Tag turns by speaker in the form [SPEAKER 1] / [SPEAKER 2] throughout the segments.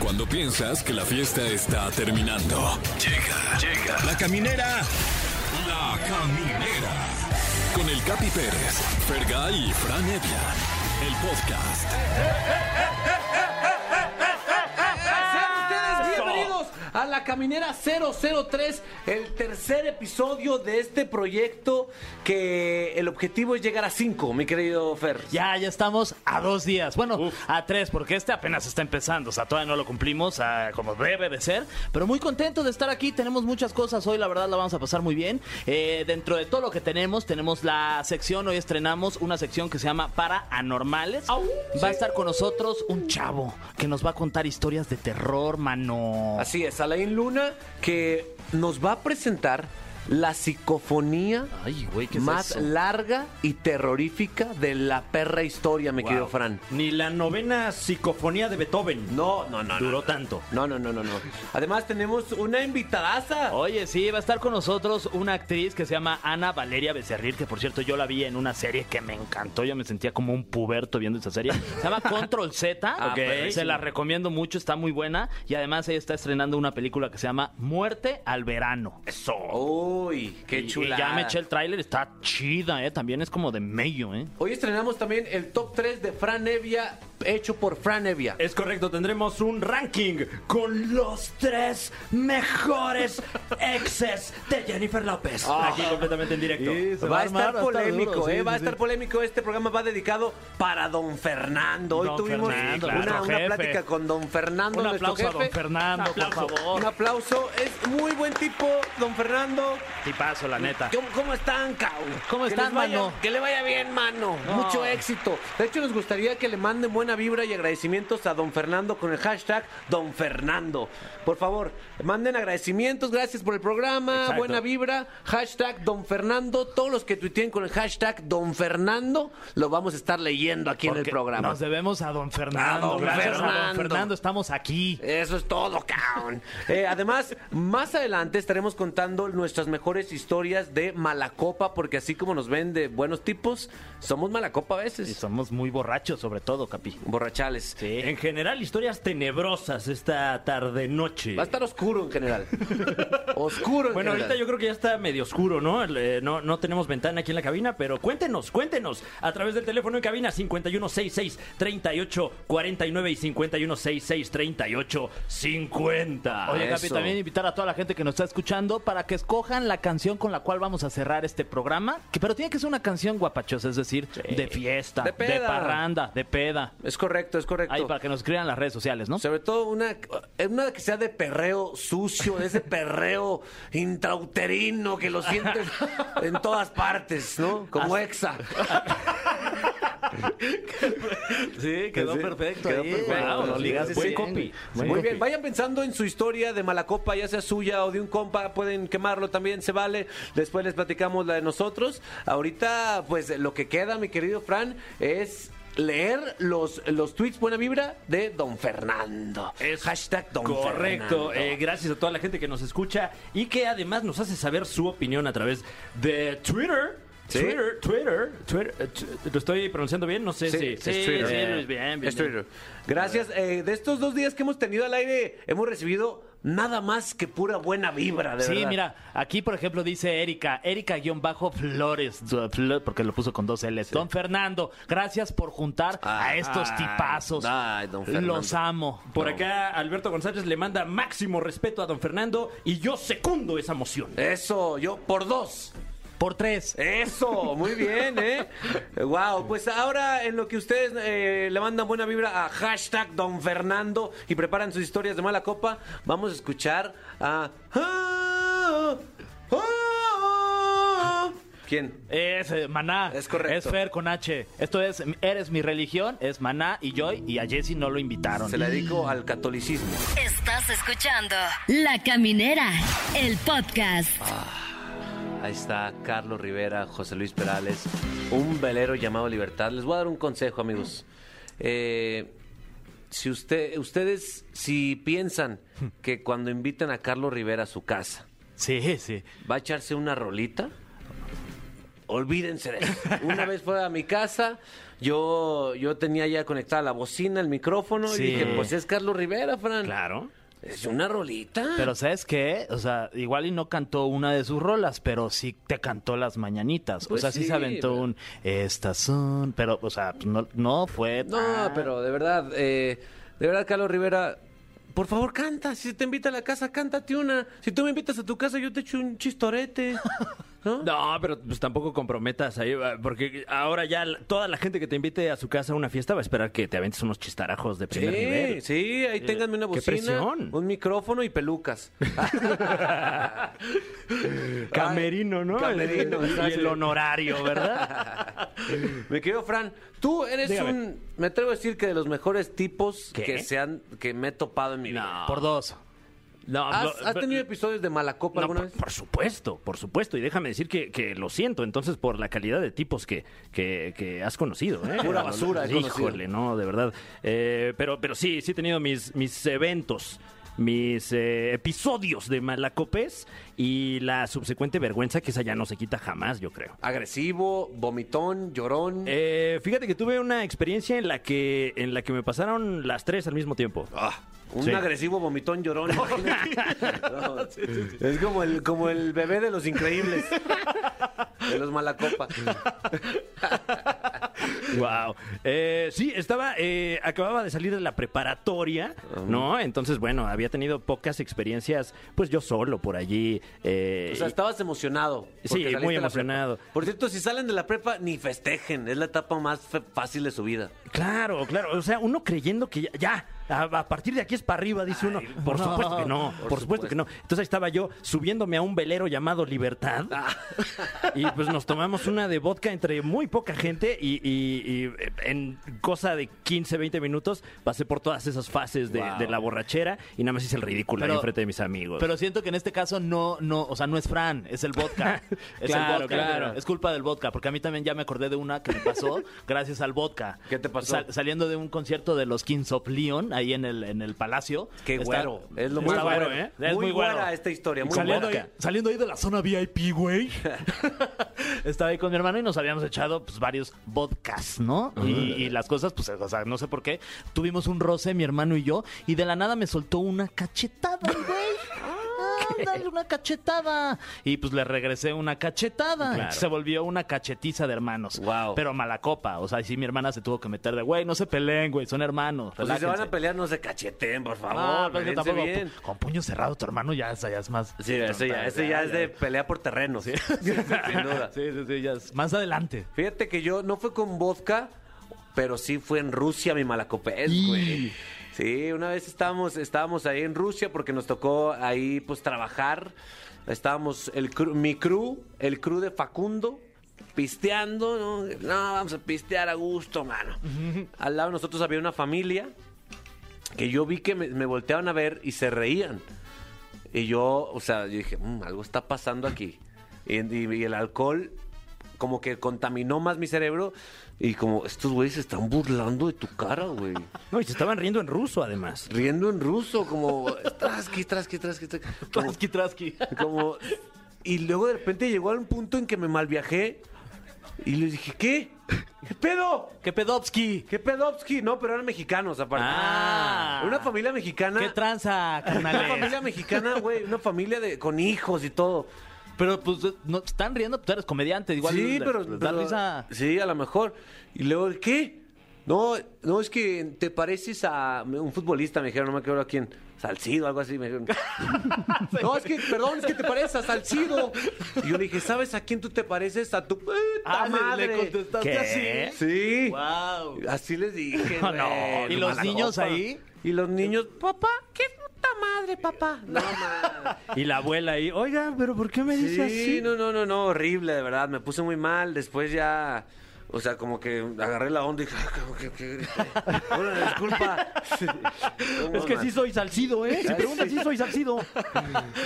[SPEAKER 1] Cuando piensas que la fiesta está terminando. Llega, llega. La caminera. La caminera. Con el Capi Pérez, Fergay y Fran Evia. El podcast.
[SPEAKER 2] Sean ustedes bienvenidos a la Caminera 003, el tercer episodio de este proyecto que el objetivo es llegar a 5, mi querido Fer.
[SPEAKER 3] Ya, ya estamos a dos días. Bueno, a tres, porque este apenas está empezando. O sea, todavía no lo cumplimos ah, como debe de ser. Pero muy contento de estar aquí. Tenemos muchas cosas hoy, la verdad la vamos a pasar muy bien. Eh, dentro de todo lo que tenemos, tenemos la sección. Hoy estrenamos una sección que se llama Para Anormales. Va a estar con nosotros un chavo que nos va a contar historias de terror, mano.
[SPEAKER 2] Así es, Alain Luna que nos va a presentar la psicofonía
[SPEAKER 3] Ay, güey, ¿qué es
[SPEAKER 2] más
[SPEAKER 3] eso?
[SPEAKER 2] larga y terrorífica de la perra historia, mi querido Fran.
[SPEAKER 4] Ni la novena psicofonía de Beethoven.
[SPEAKER 2] No, no, no. no.
[SPEAKER 4] Duró tanto.
[SPEAKER 2] No, no, no, no, no. Además tenemos una invitadaza.
[SPEAKER 3] Oye, sí, va a estar con nosotros una actriz que se llama Ana Valeria Becerril, que por cierto yo la vi en una serie que me encantó, yo me sentía como un puberto viendo esa serie. Se llama Control Z,
[SPEAKER 2] Ah,
[SPEAKER 3] ok, se
[SPEAKER 2] buenísimo.
[SPEAKER 3] la recomiendo mucho, está muy buena y además ella está estrenando una película que se llama Muerte al Verano. Eso.
[SPEAKER 2] Uy, qué chula.
[SPEAKER 3] ya me eché el tráiler, está chida, eh, también es como de medio, eh.
[SPEAKER 2] Hoy estrenamos también el top 3 de Fran Evia, hecho por Fran Evia.
[SPEAKER 4] Es correcto, tendremos un ranking con los tres mejores exes de Jennifer López. Aquí completamente en directo.
[SPEAKER 2] Ah. Va a estar polémico, ¿eh? va a estar polémico. Este programa va dedicado para Don Fernando. Hoy
[SPEAKER 3] Don
[SPEAKER 2] tuvimos
[SPEAKER 3] Fernando,
[SPEAKER 2] una-
[SPEAKER 3] claro,
[SPEAKER 2] una,
[SPEAKER 3] jefe.
[SPEAKER 2] plática con Don Fernando,
[SPEAKER 3] Un
[SPEAKER 2] nuestro
[SPEAKER 3] aplauso a
[SPEAKER 2] jefe.
[SPEAKER 3] don Fernando,
[SPEAKER 2] Un aplauso,
[SPEAKER 3] por favor.
[SPEAKER 2] Un aplauso. Es muy buen tipo, Don Fernando.
[SPEAKER 3] Tipazo, la neta.
[SPEAKER 2] ¿Cómo, cómo están, Cau?
[SPEAKER 3] ¿Cómo
[SPEAKER 2] Que
[SPEAKER 3] están,
[SPEAKER 2] les vaya-
[SPEAKER 3] mano?
[SPEAKER 2] Que le vaya bien, mano.
[SPEAKER 3] No.
[SPEAKER 2] Mucho éxito. De hecho, nos gustaría que le manden buena vibra y agradecimientos a Don Fernando con el hashtag Don Fernando. Por favor, manden agradecimientos. Gracias por el programa.
[SPEAKER 4] Exacto.
[SPEAKER 2] Buena vibra. Hashtag Don Fernando. Todos los que tuiteen con el hashtag Don Fernando lo vamos a estar leyendo aquí en el
[SPEAKER 3] Porque
[SPEAKER 2] programa.
[SPEAKER 3] Nos debemos a Don Fernando.
[SPEAKER 2] A don
[SPEAKER 3] gracias a don
[SPEAKER 2] Fernando.
[SPEAKER 3] Fernando, estamos aquí.
[SPEAKER 2] Eso es todo, cabrón. Eh, además, más adelante estaremos contando nuestras mejores historias de Malacopa, porque así como nos ven de buenos tipos, somos Malacopa a
[SPEAKER 3] Y
[SPEAKER 2] veces.
[SPEAKER 3] somos muy borrachos, sobre todo, Capi.
[SPEAKER 2] Borrachales.
[SPEAKER 3] Sí.
[SPEAKER 4] En general, historias tenebrosas esta tarde-noche.
[SPEAKER 2] Va a estar oscuro en general. Oscuro en
[SPEAKER 4] Bueno,
[SPEAKER 2] general.
[SPEAKER 4] ahorita yo creo que ya está medio oscuro, ¿no? El, eh, No, no tenemos ventana aquí en la cabina, pero cuéntenos, cuéntenos a través del teléfono en cabina 5166-3849 y 5166-3850.
[SPEAKER 3] Oye, Capi,
[SPEAKER 2] Eso.
[SPEAKER 3] también invitar a toda la gente que nos está escuchando para que escojan la canción con la cual vamos a cerrar este programa. Que, pero tiene que ser una canción guapachosa, es decir, de fiesta,
[SPEAKER 2] De
[SPEAKER 3] de,
[SPEAKER 2] peda.
[SPEAKER 3] parranda, de peda.
[SPEAKER 2] Es correcto, es correcto.
[SPEAKER 3] Ahí para que nos crean las redes sociales, ¿no?
[SPEAKER 2] Sobre todo una, una que sea de perreo sucio, de ese perreo intrauterino que lo sientes en todas partes, ¿no? Como exa.
[SPEAKER 3] Sí,
[SPEAKER 2] Sí, quedó perfecto.
[SPEAKER 3] Wow, lo
[SPEAKER 2] Sí,
[SPEAKER 3] ligaste
[SPEAKER 2] sí,
[SPEAKER 4] buen
[SPEAKER 2] sí.
[SPEAKER 3] bien,
[SPEAKER 4] copy.
[SPEAKER 3] güey.
[SPEAKER 2] Muy bien, vayan pensando en su historia de mala copa, ya sea suya o de un compa, pueden quemarlo también, se vale. Después les platicamos la de nosotros. Ahorita, pues lo que queda, mi querido Fran, es leer los, los tweets buena vibra de Don Fernando.
[SPEAKER 4] Es
[SPEAKER 2] Hashtag Don
[SPEAKER 4] Correcto,
[SPEAKER 2] Fernando.
[SPEAKER 4] eh, gracias a toda la gente que nos escucha y que además nos hace saber su opinión a través de Twitter.
[SPEAKER 2] Sí.
[SPEAKER 4] Twitter, Twitter, Twitter, eh, tu- ¿lo estoy pronunciando bien? No sé
[SPEAKER 2] Sí,
[SPEAKER 4] si...
[SPEAKER 2] es Twitter.
[SPEAKER 3] sí,
[SPEAKER 4] Eh,
[SPEAKER 3] Luis, bien, bien,
[SPEAKER 2] Es Twitter. Gracias. eh, de estos dos días que hemos tenido al aire, hemos recibido nada más que pura buena vibra, de
[SPEAKER 3] Sí,
[SPEAKER 2] verdad.
[SPEAKER 3] mira, aquí por ejemplo dice Erika, Erika-Flores, du- flo- porque lo puso con dos L's. Don Fernando, gracias por juntar a
[SPEAKER 2] Ay,
[SPEAKER 3] estos
[SPEAKER 4] Ah, ay,
[SPEAKER 3] tipazos.
[SPEAKER 2] ay, don Fernando.
[SPEAKER 3] Los amo.
[SPEAKER 4] Por acá Alberto González le manda máximo respeto a don Fernando y yo secundo esa moción.
[SPEAKER 2] Eso, yo por dos.
[SPEAKER 3] Por tres.
[SPEAKER 2] Eso, muy bien, ¿eh? Wow, pues ahora en lo que ustedes eh, le mandan buena vibra a hashtag Don Fernando y preparan sus historias de mala copa, vamos a escuchar a... ¿Quién?
[SPEAKER 3] Es eh, Maná.
[SPEAKER 2] Es correcto.
[SPEAKER 3] Es Fer con H. Esto es Eres mi religión, es Maná y Joy y a Jesse no lo invitaron.
[SPEAKER 2] Se la dedico al catolicismo.
[SPEAKER 5] Estás escuchando La Caminera, el podcast.
[SPEAKER 2] Ahí está Carlos Rivera, José Luis Perales, un velero llamado Libertad. Les voy a dar un consejo, amigos. Eh, si usted, ustedes, si piensan que cuando invitan a Carlos Rivera a su casa,
[SPEAKER 3] Sí, sí.
[SPEAKER 2] va a echarse una rolita, olvídense de eso. Una vez fue a mi casa, yo, yo tenía ya conectada la bocina, el micrófono,
[SPEAKER 4] Sí.
[SPEAKER 2] y dije, pues es Carlos Rivera, Fran.
[SPEAKER 4] Claro.
[SPEAKER 2] Es una rolita.
[SPEAKER 3] Pero ¿sabes qué? O sea, igual y no cantó una de sus rolas, pero sí te cantó las mañanitas.
[SPEAKER 2] Pues
[SPEAKER 3] o sea, sí,
[SPEAKER 2] sí,
[SPEAKER 3] se aventó
[SPEAKER 2] pero-
[SPEAKER 3] un estas son, pero o sea, pues, no, no fue
[SPEAKER 2] No,
[SPEAKER 4] Ah.
[SPEAKER 3] tan-
[SPEAKER 2] pero de verdad, eh, de verdad, Carlos Rivera, por favor, canta. Si te invita a la casa, cántate una. Si tú me invitas a tu casa, yo te echo un chistorete. ¿No?
[SPEAKER 4] No, pero pues tampoco comprometas ahí, va, porque ahora ya la- toda la gente que te invite a su casa a una fiesta va a esperar que te aventes unos chistarajos de
[SPEAKER 2] Sí,
[SPEAKER 4] primer nivel.
[SPEAKER 2] sí, ahí ténganme una
[SPEAKER 4] qué
[SPEAKER 2] bocina,
[SPEAKER 4] presión.
[SPEAKER 2] un micrófono y pelucas.
[SPEAKER 4] Camerino, ¿no?
[SPEAKER 2] Camerino,
[SPEAKER 4] y el
[SPEAKER 2] exacto.
[SPEAKER 4] honorario, ¿verdad?
[SPEAKER 2] Mi querido Fran, tú eres
[SPEAKER 4] Dígame.
[SPEAKER 2] un, me atrevo a decir que de los mejores tipos
[SPEAKER 4] ¿Qué?
[SPEAKER 2] que se han, que me he topado en mi vida.
[SPEAKER 3] por dos.
[SPEAKER 4] No,
[SPEAKER 2] ¿Has,
[SPEAKER 4] no,
[SPEAKER 2] has
[SPEAKER 4] pero-
[SPEAKER 2] tenido episodios de mala copa
[SPEAKER 4] no,
[SPEAKER 2] alguna
[SPEAKER 4] por,
[SPEAKER 2] vez?
[SPEAKER 4] por supuesto, por supuesto. Y déjame decir que, que lo siento entonces por la calidad de tipos que, que, que has conocido. ¿eh?
[SPEAKER 2] Pura basura he conocido.
[SPEAKER 4] Híjole, no, de verdad. Eh, pero, pero sí, sí he tenido mis, mis eventos, mis eh, episodios de Malacopés y la subsecuente vergüenza que esa ya no se quita jamás, yo creo.
[SPEAKER 2] Agresivo, vomitón, llorón.
[SPEAKER 4] Eh, fíjate que tuve una experiencia en la que en la que me pasaron las tres al mismo tiempo.
[SPEAKER 2] Ah, Un
[SPEAKER 4] Sí.
[SPEAKER 2] agresivo vomitón llorón. imagínate. No, Es como el, como el bebé de los increíbles. De los Malacopa.
[SPEAKER 4] Wow. sí, estaba, eh, acababa de salir de la preparatoria, ¿no? Entonces, bueno, había tenido pocas experiencias, pues yo solo por allí. eh,
[SPEAKER 2] O sea, estabas emocionado. porque
[SPEAKER 4] Sí, muy
[SPEAKER 2] saliste de la
[SPEAKER 4] emocionado.
[SPEAKER 2] prepa. Por cierto, si salen de la prepa, ni festejen. Es la etapa más fe- fácil de su vida.
[SPEAKER 4] Claro, claro. O sea, uno creyendo que ya, ya, a, a partir de aquí es para arriba, dice uno. Por supuesto que no, por, supuesto, que no. Entonces ahí estaba yo subiéndome a un velero llamado Libertad. Y pues nos tomamos una de vodka entre muy poca gente y, y- y, eh, en cosa de 15, 20 minutos pasé por todas esas fases de,
[SPEAKER 3] Wow.
[SPEAKER 4] de la borrachera y nada más hice el ridículo ahí
[SPEAKER 3] Pero-
[SPEAKER 4] enfrente de mis amigos.
[SPEAKER 3] Pero siento que en este caso no, no, o sea, no es Fran, es el vodka. Es
[SPEAKER 4] Claro,
[SPEAKER 3] el vodka.
[SPEAKER 4] claro.
[SPEAKER 3] Es culpa del vodka, porque a mí también ya me acordé de una que me pasó gracias al vodka.
[SPEAKER 2] ¿Qué te pasó?
[SPEAKER 3] saliendo de un concierto de los Kings of Leon, ahí en el, en el Palacio.
[SPEAKER 2] Qué
[SPEAKER 3] Está-
[SPEAKER 2] güero. Es lo
[SPEAKER 3] está
[SPEAKER 2] más
[SPEAKER 3] güero,
[SPEAKER 2] güero.
[SPEAKER 3] ¿eh? Es
[SPEAKER 2] muy este
[SPEAKER 3] muy güero.
[SPEAKER 2] guara esta historia. Muy
[SPEAKER 3] saliendo,
[SPEAKER 2] guara.
[SPEAKER 3] ahí, saliendo ahí de la zona VIP, güey. Estaba ahí con mi hermano y nos habíamos echado pues, varios vodkas, ¿no? Y, y las cosas, pues, o sea, no sé por qué. Tuvimos un roce, mi hermano y yo, y de la nada me soltó una cachetada, el güey. Dale Ah, una cachetada. Y pues le regresé una cachetada.
[SPEAKER 4] Claro.
[SPEAKER 3] Se volvió una cachetiza de hermanos.
[SPEAKER 2] Guau.
[SPEAKER 3] Pero mala copa. O sea, sí, mi hermana se tuvo que meter de, güey, no se peleen, güey, son hermanos.
[SPEAKER 2] Pues si se van
[SPEAKER 3] relájense".
[SPEAKER 2] a pelear, no pues se cacheten, por favor.
[SPEAKER 3] Ah, pero es que
[SPEAKER 2] peléense
[SPEAKER 3] tampoco,
[SPEAKER 2] bien.
[SPEAKER 3] pu- Con puño cerrado, tu hermano ya, esa ya es más.
[SPEAKER 2] Sí, eso ya, eso ya es de pelea por terreno. Sin duda.
[SPEAKER 3] Sí, sí, sí, ya es- Más adelante.
[SPEAKER 2] Fíjate que yo no fue con vodka, pero sí fue en Rusia mi malacopés, güey. Sí, una vez estábamos, estábamos ahí en Rusia porque nos tocó ahí pues trabajar. Estábamos el cru- mi crew, el crew de Facundo, pisteando, ¿no? No, vamos a pistear a gusto, mano. Al lado de nosotros había una familia que yo vi que me, me volteaban a ver y se reían. Y yo, o sea, yo dije, "Mm, algo está pasando aquí. Y, y- y el alcohol como que contaminó más mi cerebro y como, estos güeyes se están burlando de tu cara, güey.
[SPEAKER 4] No, y se estaban riendo en ruso además.
[SPEAKER 2] Riendo en ruso, como, trasqui, trasqui, trasqui, trasqui. Como,
[SPEAKER 3] Trasqui, trasqui.
[SPEAKER 2] como- y luego de repente llegó a un punto en que me malviajé y les dije, ¿qué? ¿Qué pedo?
[SPEAKER 3] ¿Qué pedovsky?
[SPEAKER 2] ¿Qué pedovsky? No, pero eran mexicanos aparte.
[SPEAKER 3] Ah.
[SPEAKER 2] Una familia mexicana.
[SPEAKER 3] ¿Qué tranza,
[SPEAKER 2] Una
[SPEAKER 3] carnales?
[SPEAKER 2] familia mexicana, güey, una familia de, con hijos y todo.
[SPEAKER 3] Pero pues no están riendo, tú eres comediante, igual.
[SPEAKER 2] sí,
[SPEAKER 3] les-
[SPEAKER 2] pero,
[SPEAKER 3] les da
[SPEAKER 2] pero-
[SPEAKER 3] risa.
[SPEAKER 2] Sí, a lo mejor. Y luego, ¿qué? No, no, es que te pareces a un futbolista, me dijeron, no me acuerdo a quién. Salcido, algo así, me dijeron. no, es que, perdón, es que te pareces a Salcido. Y yo le dije, ¿sabes a quién tú te pareces? A tu puta
[SPEAKER 3] Ah, le-
[SPEAKER 2] madre. ¿Eh?
[SPEAKER 3] le contestaste
[SPEAKER 4] ¿Qué?
[SPEAKER 3] así.
[SPEAKER 2] Sí.
[SPEAKER 3] Wow.
[SPEAKER 2] Así les dije.
[SPEAKER 4] No, no,
[SPEAKER 2] güey,
[SPEAKER 3] ¿Y los
[SPEAKER 2] mala
[SPEAKER 3] niños
[SPEAKER 2] copa.
[SPEAKER 3] ahí?
[SPEAKER 2] Y los niños, papá, ¿qué puta madre, papá? No, mames.
[SPEAKER 4] Y la abuela ahí, oiga, pero ¿por qué me dice
[SPEAKER 2] Sí,
[SPEAKER 4] así?
[SPEAKER 2] no, no, no, no, horrible, de verdad. Me puse muy mal. Después ya. O sea, como que agarré la onda y dije, "Ay, como que- que- Bueno, disculpa.
[SPEAKER 4] Es que sí soy salcido, ¿eh? Si preguntas, sí soy salcido.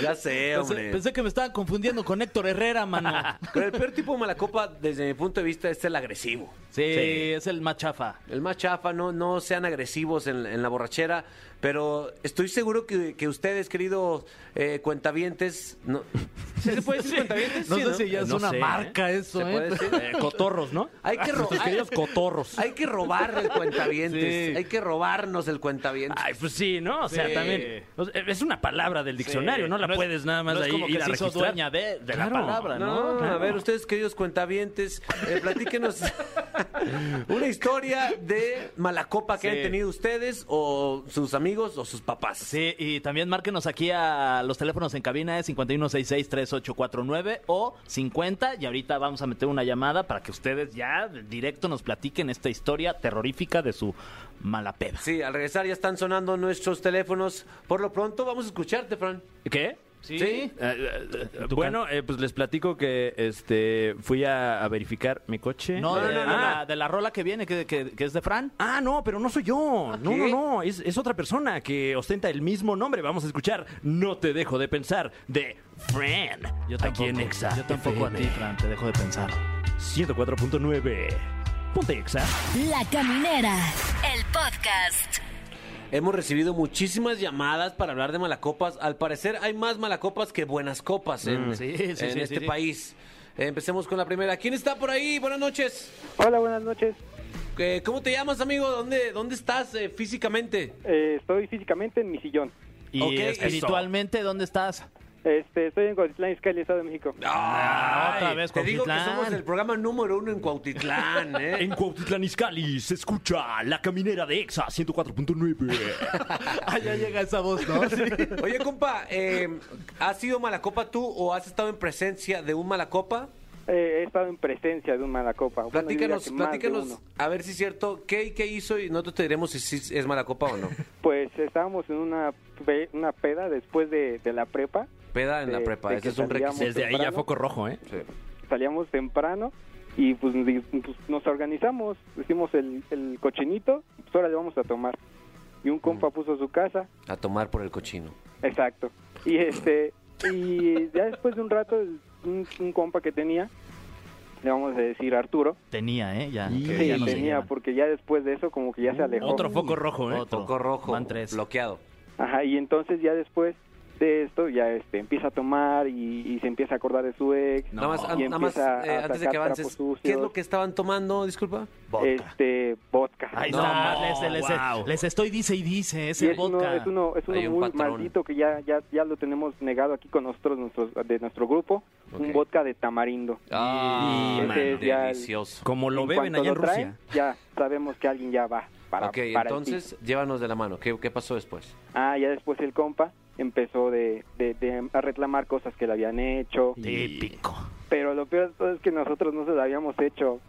[SPEAKER 2] Ya sé,
[SPEAKER 3] Pensé,
[SPEAKER 2] hombre.
[SPEAKER 3] pensé que me estaban confundiendo con Héctor Herrera, mano.
[SPEAKER 2] Pero el peor tipo de mala copa, desde mi punto de vista, es el agresivo.
[SPEAKER 3] Sí, es el más chafa.
[SPEAKER 2] El más chafa, no, no sean agresivos en, en la borrachera, pero estoy seguro que, que ustedes, queridos eh, cuentavientes, no, ¿Sí se puede decir cuentavientes?
[SPEAKER 3] No
[SPEAKER 2] Sí,
[SPEAKER 3] sé
[SPEAKER 2] ¿no?
[SPEAKER 3] si ya es
[SPEAKER 4] No
[SPEAKER 3] una
[SPEAKER 4] sé,
[SPEAKER 3] marca eso,
[SPEAKER 2] ¿Se puede
[SPEAKER 3] ¿eh?
[SPEAKER 2] decir?
[SPEAKER 4] Eh, cotorros, ¿no?
[SPEAKER 2] Hay que
[SPEAKER 4] Nuestros
[SPEAKER 2] robar.
[SPEAKER 4] queridos cotorros.
[SPEAKER 2] Hay que robar el cuentavientes,
[SPEAKER 3] Sí.
[SPEAKER 2] hay que robarnos el cuentavientes.
[SPEAKER 4] Ay, pues sí, ¿no? O sea,
[SPEAKER 3] Sí.
[SPEAKER 4] también. o sea, Es una palabra del diccionario,
[SPEAKER 3] Sí.
[SPEAKER 4] no la
[SPEAKER 3] es-
[SPEAKER 4] puedes nada más
[SPEAKER 3] no es
[SPEAKER 4] ahí
[SPEAKER 3] como que
[SPEAKER 4] ir a
[SPEAKER 3] se hizo
[SPEAKER 4] registrar.
[SPEAKER 3] dueña de, de la
[SPEAKER 4] Claro.
[SPEAKER 3] palabra, ¿no?
[SPEAKER 2] No, a ver, ustedes queridos cuentavientes, eh, platíquenos una historia de mala copa que
[SPEAKER 3] Sí.
[SPEAKER 2] han tenido ustedes o sus amigos o sus papás.
[SPEAKER 3] Sí, y también márquenos aquí a los teléfonos en cabina de 5166-3849 o 50 y ahorita vamos a meter una llamada para que ustedes ya de directo nos platiquen esta historia terrorífica de su mala peda.
[SPEAKER 2] Sí, al regresar ya están sonando nuestros teléfonos. Por lo pronto vamos a escucharte, Fran.
[SPEAKER 4] ¿Qué?
[SPEAKER 3] Sí.
[SPEAKER 4] Eh, eh, eh, bueno, eh, pues les platico que este fui a, a verificar mi coche.
[SPEAKER 3] No, de,
[SPEAKER 4] Eh,
[SPEAKER 3] de
[SPEAKER 4] ah,
[SPEAKER 3] la, de la rola que viene, que, que- que es de Fran.
[SPEAKER 4] Ah, no, pero no soy yo. No,
[SPEAKER 2] ¿qué?
[SPEAKER 4] no, no. Es, es otra persona que ostenta el mismo nombre. Vamos a escuchar No te dejo de pensar de Fran. Aquí en Exa.
[SPEAKER 3] Yo tampoco a ti,
[SPEAKER 4] FM
[SPEAKER 3] Fran, te dejo de pensar.
[SPEAKER 4] 104.9. Ponte Exa.
[SPEAKER 5] La Caminera, el podcast.
[SPEAKER 2] Hemos recibido muchísimas llamadas para hablar de malacopas. Al parecer hay más malacopas que buenas copas en,
[SPEAKER 3] Sí, sí,
[SPEAKER 2] en
[SPEAKER 3] sí, sí,
[SPEAKER 2] este
[SPEAKER 3] sí.
[SPEAKER 2] país. Empecemos con la primera. ¿Quién está por ahí? Buenas noches.
[SPEAKER 6] Hola, buenas noches.
[SPEAKER 2] Eh, ¿Cómo te llamas, amigo? ¿Dónde, dónde estás eh, físicamente?
[SPEAKER 6] Eh, estoy físicamente en mi sillón.
[SPEAKER 3] Y
[SPEAKER 2] Ok,
[SPEAKER 3] espiritualmente, ¿dónde estás?
[SPEAKER 6] Este, estoy en Cuautitlán, Izcalli, Estado de México.
[SPEAKER 3] Ah, otra vez,
[SPEAKER 2] Te digo que
[SPEAKER 3] Cuautitlán.
[SPEAKER 2] somos el programa número uno en Cuautitlán, ¿eh?
[SPEAKER 4] En Cuautitlán Izcalli se escucha la caminera de Exa 104.9.
[SPEAKER 3] Ah, ya llega esa voz, ¿no?
[SPEAKER 2] Oye, compa, eh, ¿has sido malacopa tú o has estado en presencia de un malacopa?
[SPEAKER 6] Eh, he estado en presencia de un malacopa. Bueno, yo diría
[SPEAKER 2] Platícanos,
[SPEAKER 6] que más de
[SPEAKER 2] platícanos,
[SPEAKER 6] uno.
[SPEAKER 2] a ver si es cierto, ¿qué, qué hizo? Y nosotros te diremos si sí es malacopa o no.
[SPEAKER 6] Pues estábamos en una, pe- una peda después de, de la prepa.
[SPEAKER 2] Peda en la
[SPEAKER 6] De-
[SPEAKER 2] prepa,
[SPEAKER 6] de
[SPEAKER 2] ese
[SPEAKER 6] que
[SPEAKER 2] es un
[SPEAKER 6] salíamos
[SPEAKER 2] requisito.
[SPEAKER 4] Desde ahí ya foco rojo, ¿eh?
[SPEAKER 6] Salíamos temprano y pues, di- pues, nos organizamos. Hicimos el, el cochinito y pues ahora le vamos a tomar. Y un
[SPEAKER 2] Mm.
[SPEAKER 6] compa puso su casa.
[SPEAKER 2] A tomar por el cochino.
[SPEAKER 6] Exacto. Y este y ya después de un rato, el- un, un compa que tenía, le vamos a decir Arturo,
[SPEAKER 3] Tenía, ¿eh? Ya.
[SPEAKER 4] Sí,
[SPEAKER 3] ya
[SPEAKER 6] Sí,
[SPEAKER 3] no se Mm,
[SPEAKER 6] tenía,
[SPEAKER 3] llevan.
[SPEAKER 6] porque ya después de eso como que ya se alejó.
[SPEAKER 4] Otro foco rojo, ¿eh?
[SPEAKER 3] Otro.
[SPEAKER 2] Foco rojo,
[SPEAKER 3] Van tres.
[SPEAKER 2] bloqueado.
[SPEAKER 6] Ajá, y entonces ya después de esto ya este empieza a tomar y, y se empieza a acordar de su ex.
[SPEAKER 4] No.
[SPEAKER 2] Nada más,
[SPEAKER 6] Y
[SPEAKER 2] an- nada más,
[SPEAKER 6] empieza
[SPEAKER 2] eh,
[SPEAKER 6] a
[SPEAKER 2] antes de
[SPEAKER 6] sacar
[SPEAKER 2] que avances,
[SPEAKER 6] trapos
[SPEAKER 2] ¿qué es lo
[SPEAKER 6] sucios.
[SPEAKER 2] que estaban tomando? Disculpa.
[SPEAKER 6] Este, vodka.
[SPEAKER 3] Ahí
[SPEAKER 2] No,
[SPEAKER 3] está, les, les-
[SPEAKER 4] wow.
[SPEAKER 3] les estoy dice y dice,
[SPEAKER 6] Y
[SPEAKER 3] ese
[SPEAKER 6] es uno,
[SPEAKER 3] vodka.
[SPEAKER 6] es uno, es uno
[SPEAKER 2] Hay un
[SPEAKER 6] muy
[SPEAKER 2] patrón.
[SPEAKER 6] maldito que ya, ya, ya lo tenemos negado aquí con nosotros nuestros, de nuestro grupo,
[SPEAKER 2] Ok.
[SPEAKER 6] un vodka de tamarindo.
[SPEAKER 2] Ah,
[SPEAKER 4] Y-
[SPEAKER 2] man,
[SPEAKER 6] Ese ya el-
[SPEAKER 2] delicioso.
[SPEAKER 4] Como lo
[SPEAKER 6] En
[SPEAKER 4] beben
[SPEAKER 6] cuanto
[SPEAKER 4] allá en
[SPEAKER 6] lo
[SPEAKER 4] Rusia.
[SPEAKER 6] traen, ya sabemos que alguien ya va para,
[SPEAKER 2] ok,
[SPEAKER 6] para el piso.
[SPEAKER 2] entonces, llévanos de la mano. ¿Qué, qué pasó después?
[SPEAKER 6] Ah, ya después el compa empezó de, de- de a reclamar cosas que le habían hecho,
[SPEAKER 3] Típico.
[SPEAKER 6] pero lo peor de todo es que nosotros no se lo habíamos hecho.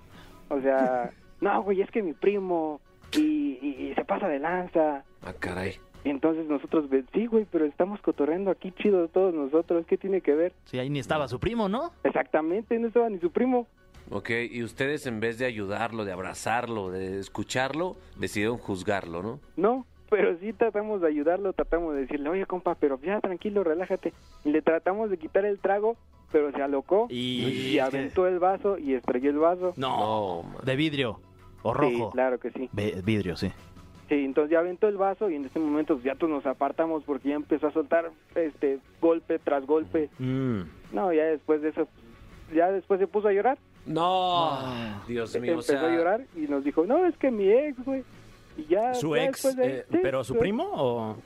[SPEAKER 6] O sea, no, güey, es que mi primo y, y- y se pasa de lanza.
[SPEAKER 2] Ah, caray.
[SPEAKER 6] Y entonces nosotros, ve- sí, güey, pero estamos cotorreando aquí chido todos nosotros, ¿qué tiene que ver?
[SPEAKER 3] Sí, ahí ni
[SPEAKER 2] Mm.
[SPEAKER 3] estaba su primo, ¿no?
[SPEAKER 6] Exactamente, no estaba ni su primo.
[SPEAKER 2] Ok, y ustedes en vez de ayudarlo, de abrazarlo, de escucharlo, decidieron juzgarlo, ¿no?
[SPEAKER 6] No, pero sí tratamos de ayudarlo, tratamos de decirle, oye compa, pero ya tranquilo, relájate. Y le tratamos de quitar el trago, pero se alocó
[SPEAKER 4] Y-
[SPEAKER 6] y, aventó el vaso y estrelló el vaso.
[SPEAKER 4] No.
[SPEAKER 2] No, man.
[SPEAKER 3] De vidrio o
[SPEAKER 6] Sí,
[SPEAKER 3] rojo.
[SPEAKER 6] claro que sí.
[SPEAKER 3] Ve- vidrio, sí.
[SPEAKER 6] Sí, entonces ya aventó el vaso y en ese momento pues, ya todos nos apartamos porque ya empezó a soltar este golpe tras golpe.
[SPEAKER 4] Mm.
[SPEAKER 6] No, ya después de eso, ya después se puso a llorar.
[SPEAKER 2] No, Dios mío,
[SPEAKER 6] Ah. empezó
[SPEAKER 2] Pues, o sea,
[SPEAKER 6] a llorar y nos dijo, no, es que mi ex, güey. Y ya,
[SPEAKER 4] ¿Su
[SPEAKER 7] Pues
[SPEAKER 6] ya
[SPEAKER 4] ex?
[SPEAKER 6] después de ahí-
[SPEAKER 4] eh,
[SPEAKER 7] este,
[SPEAKER 6] sí,
[SPEAKER 4] ¿Pero su primo o...?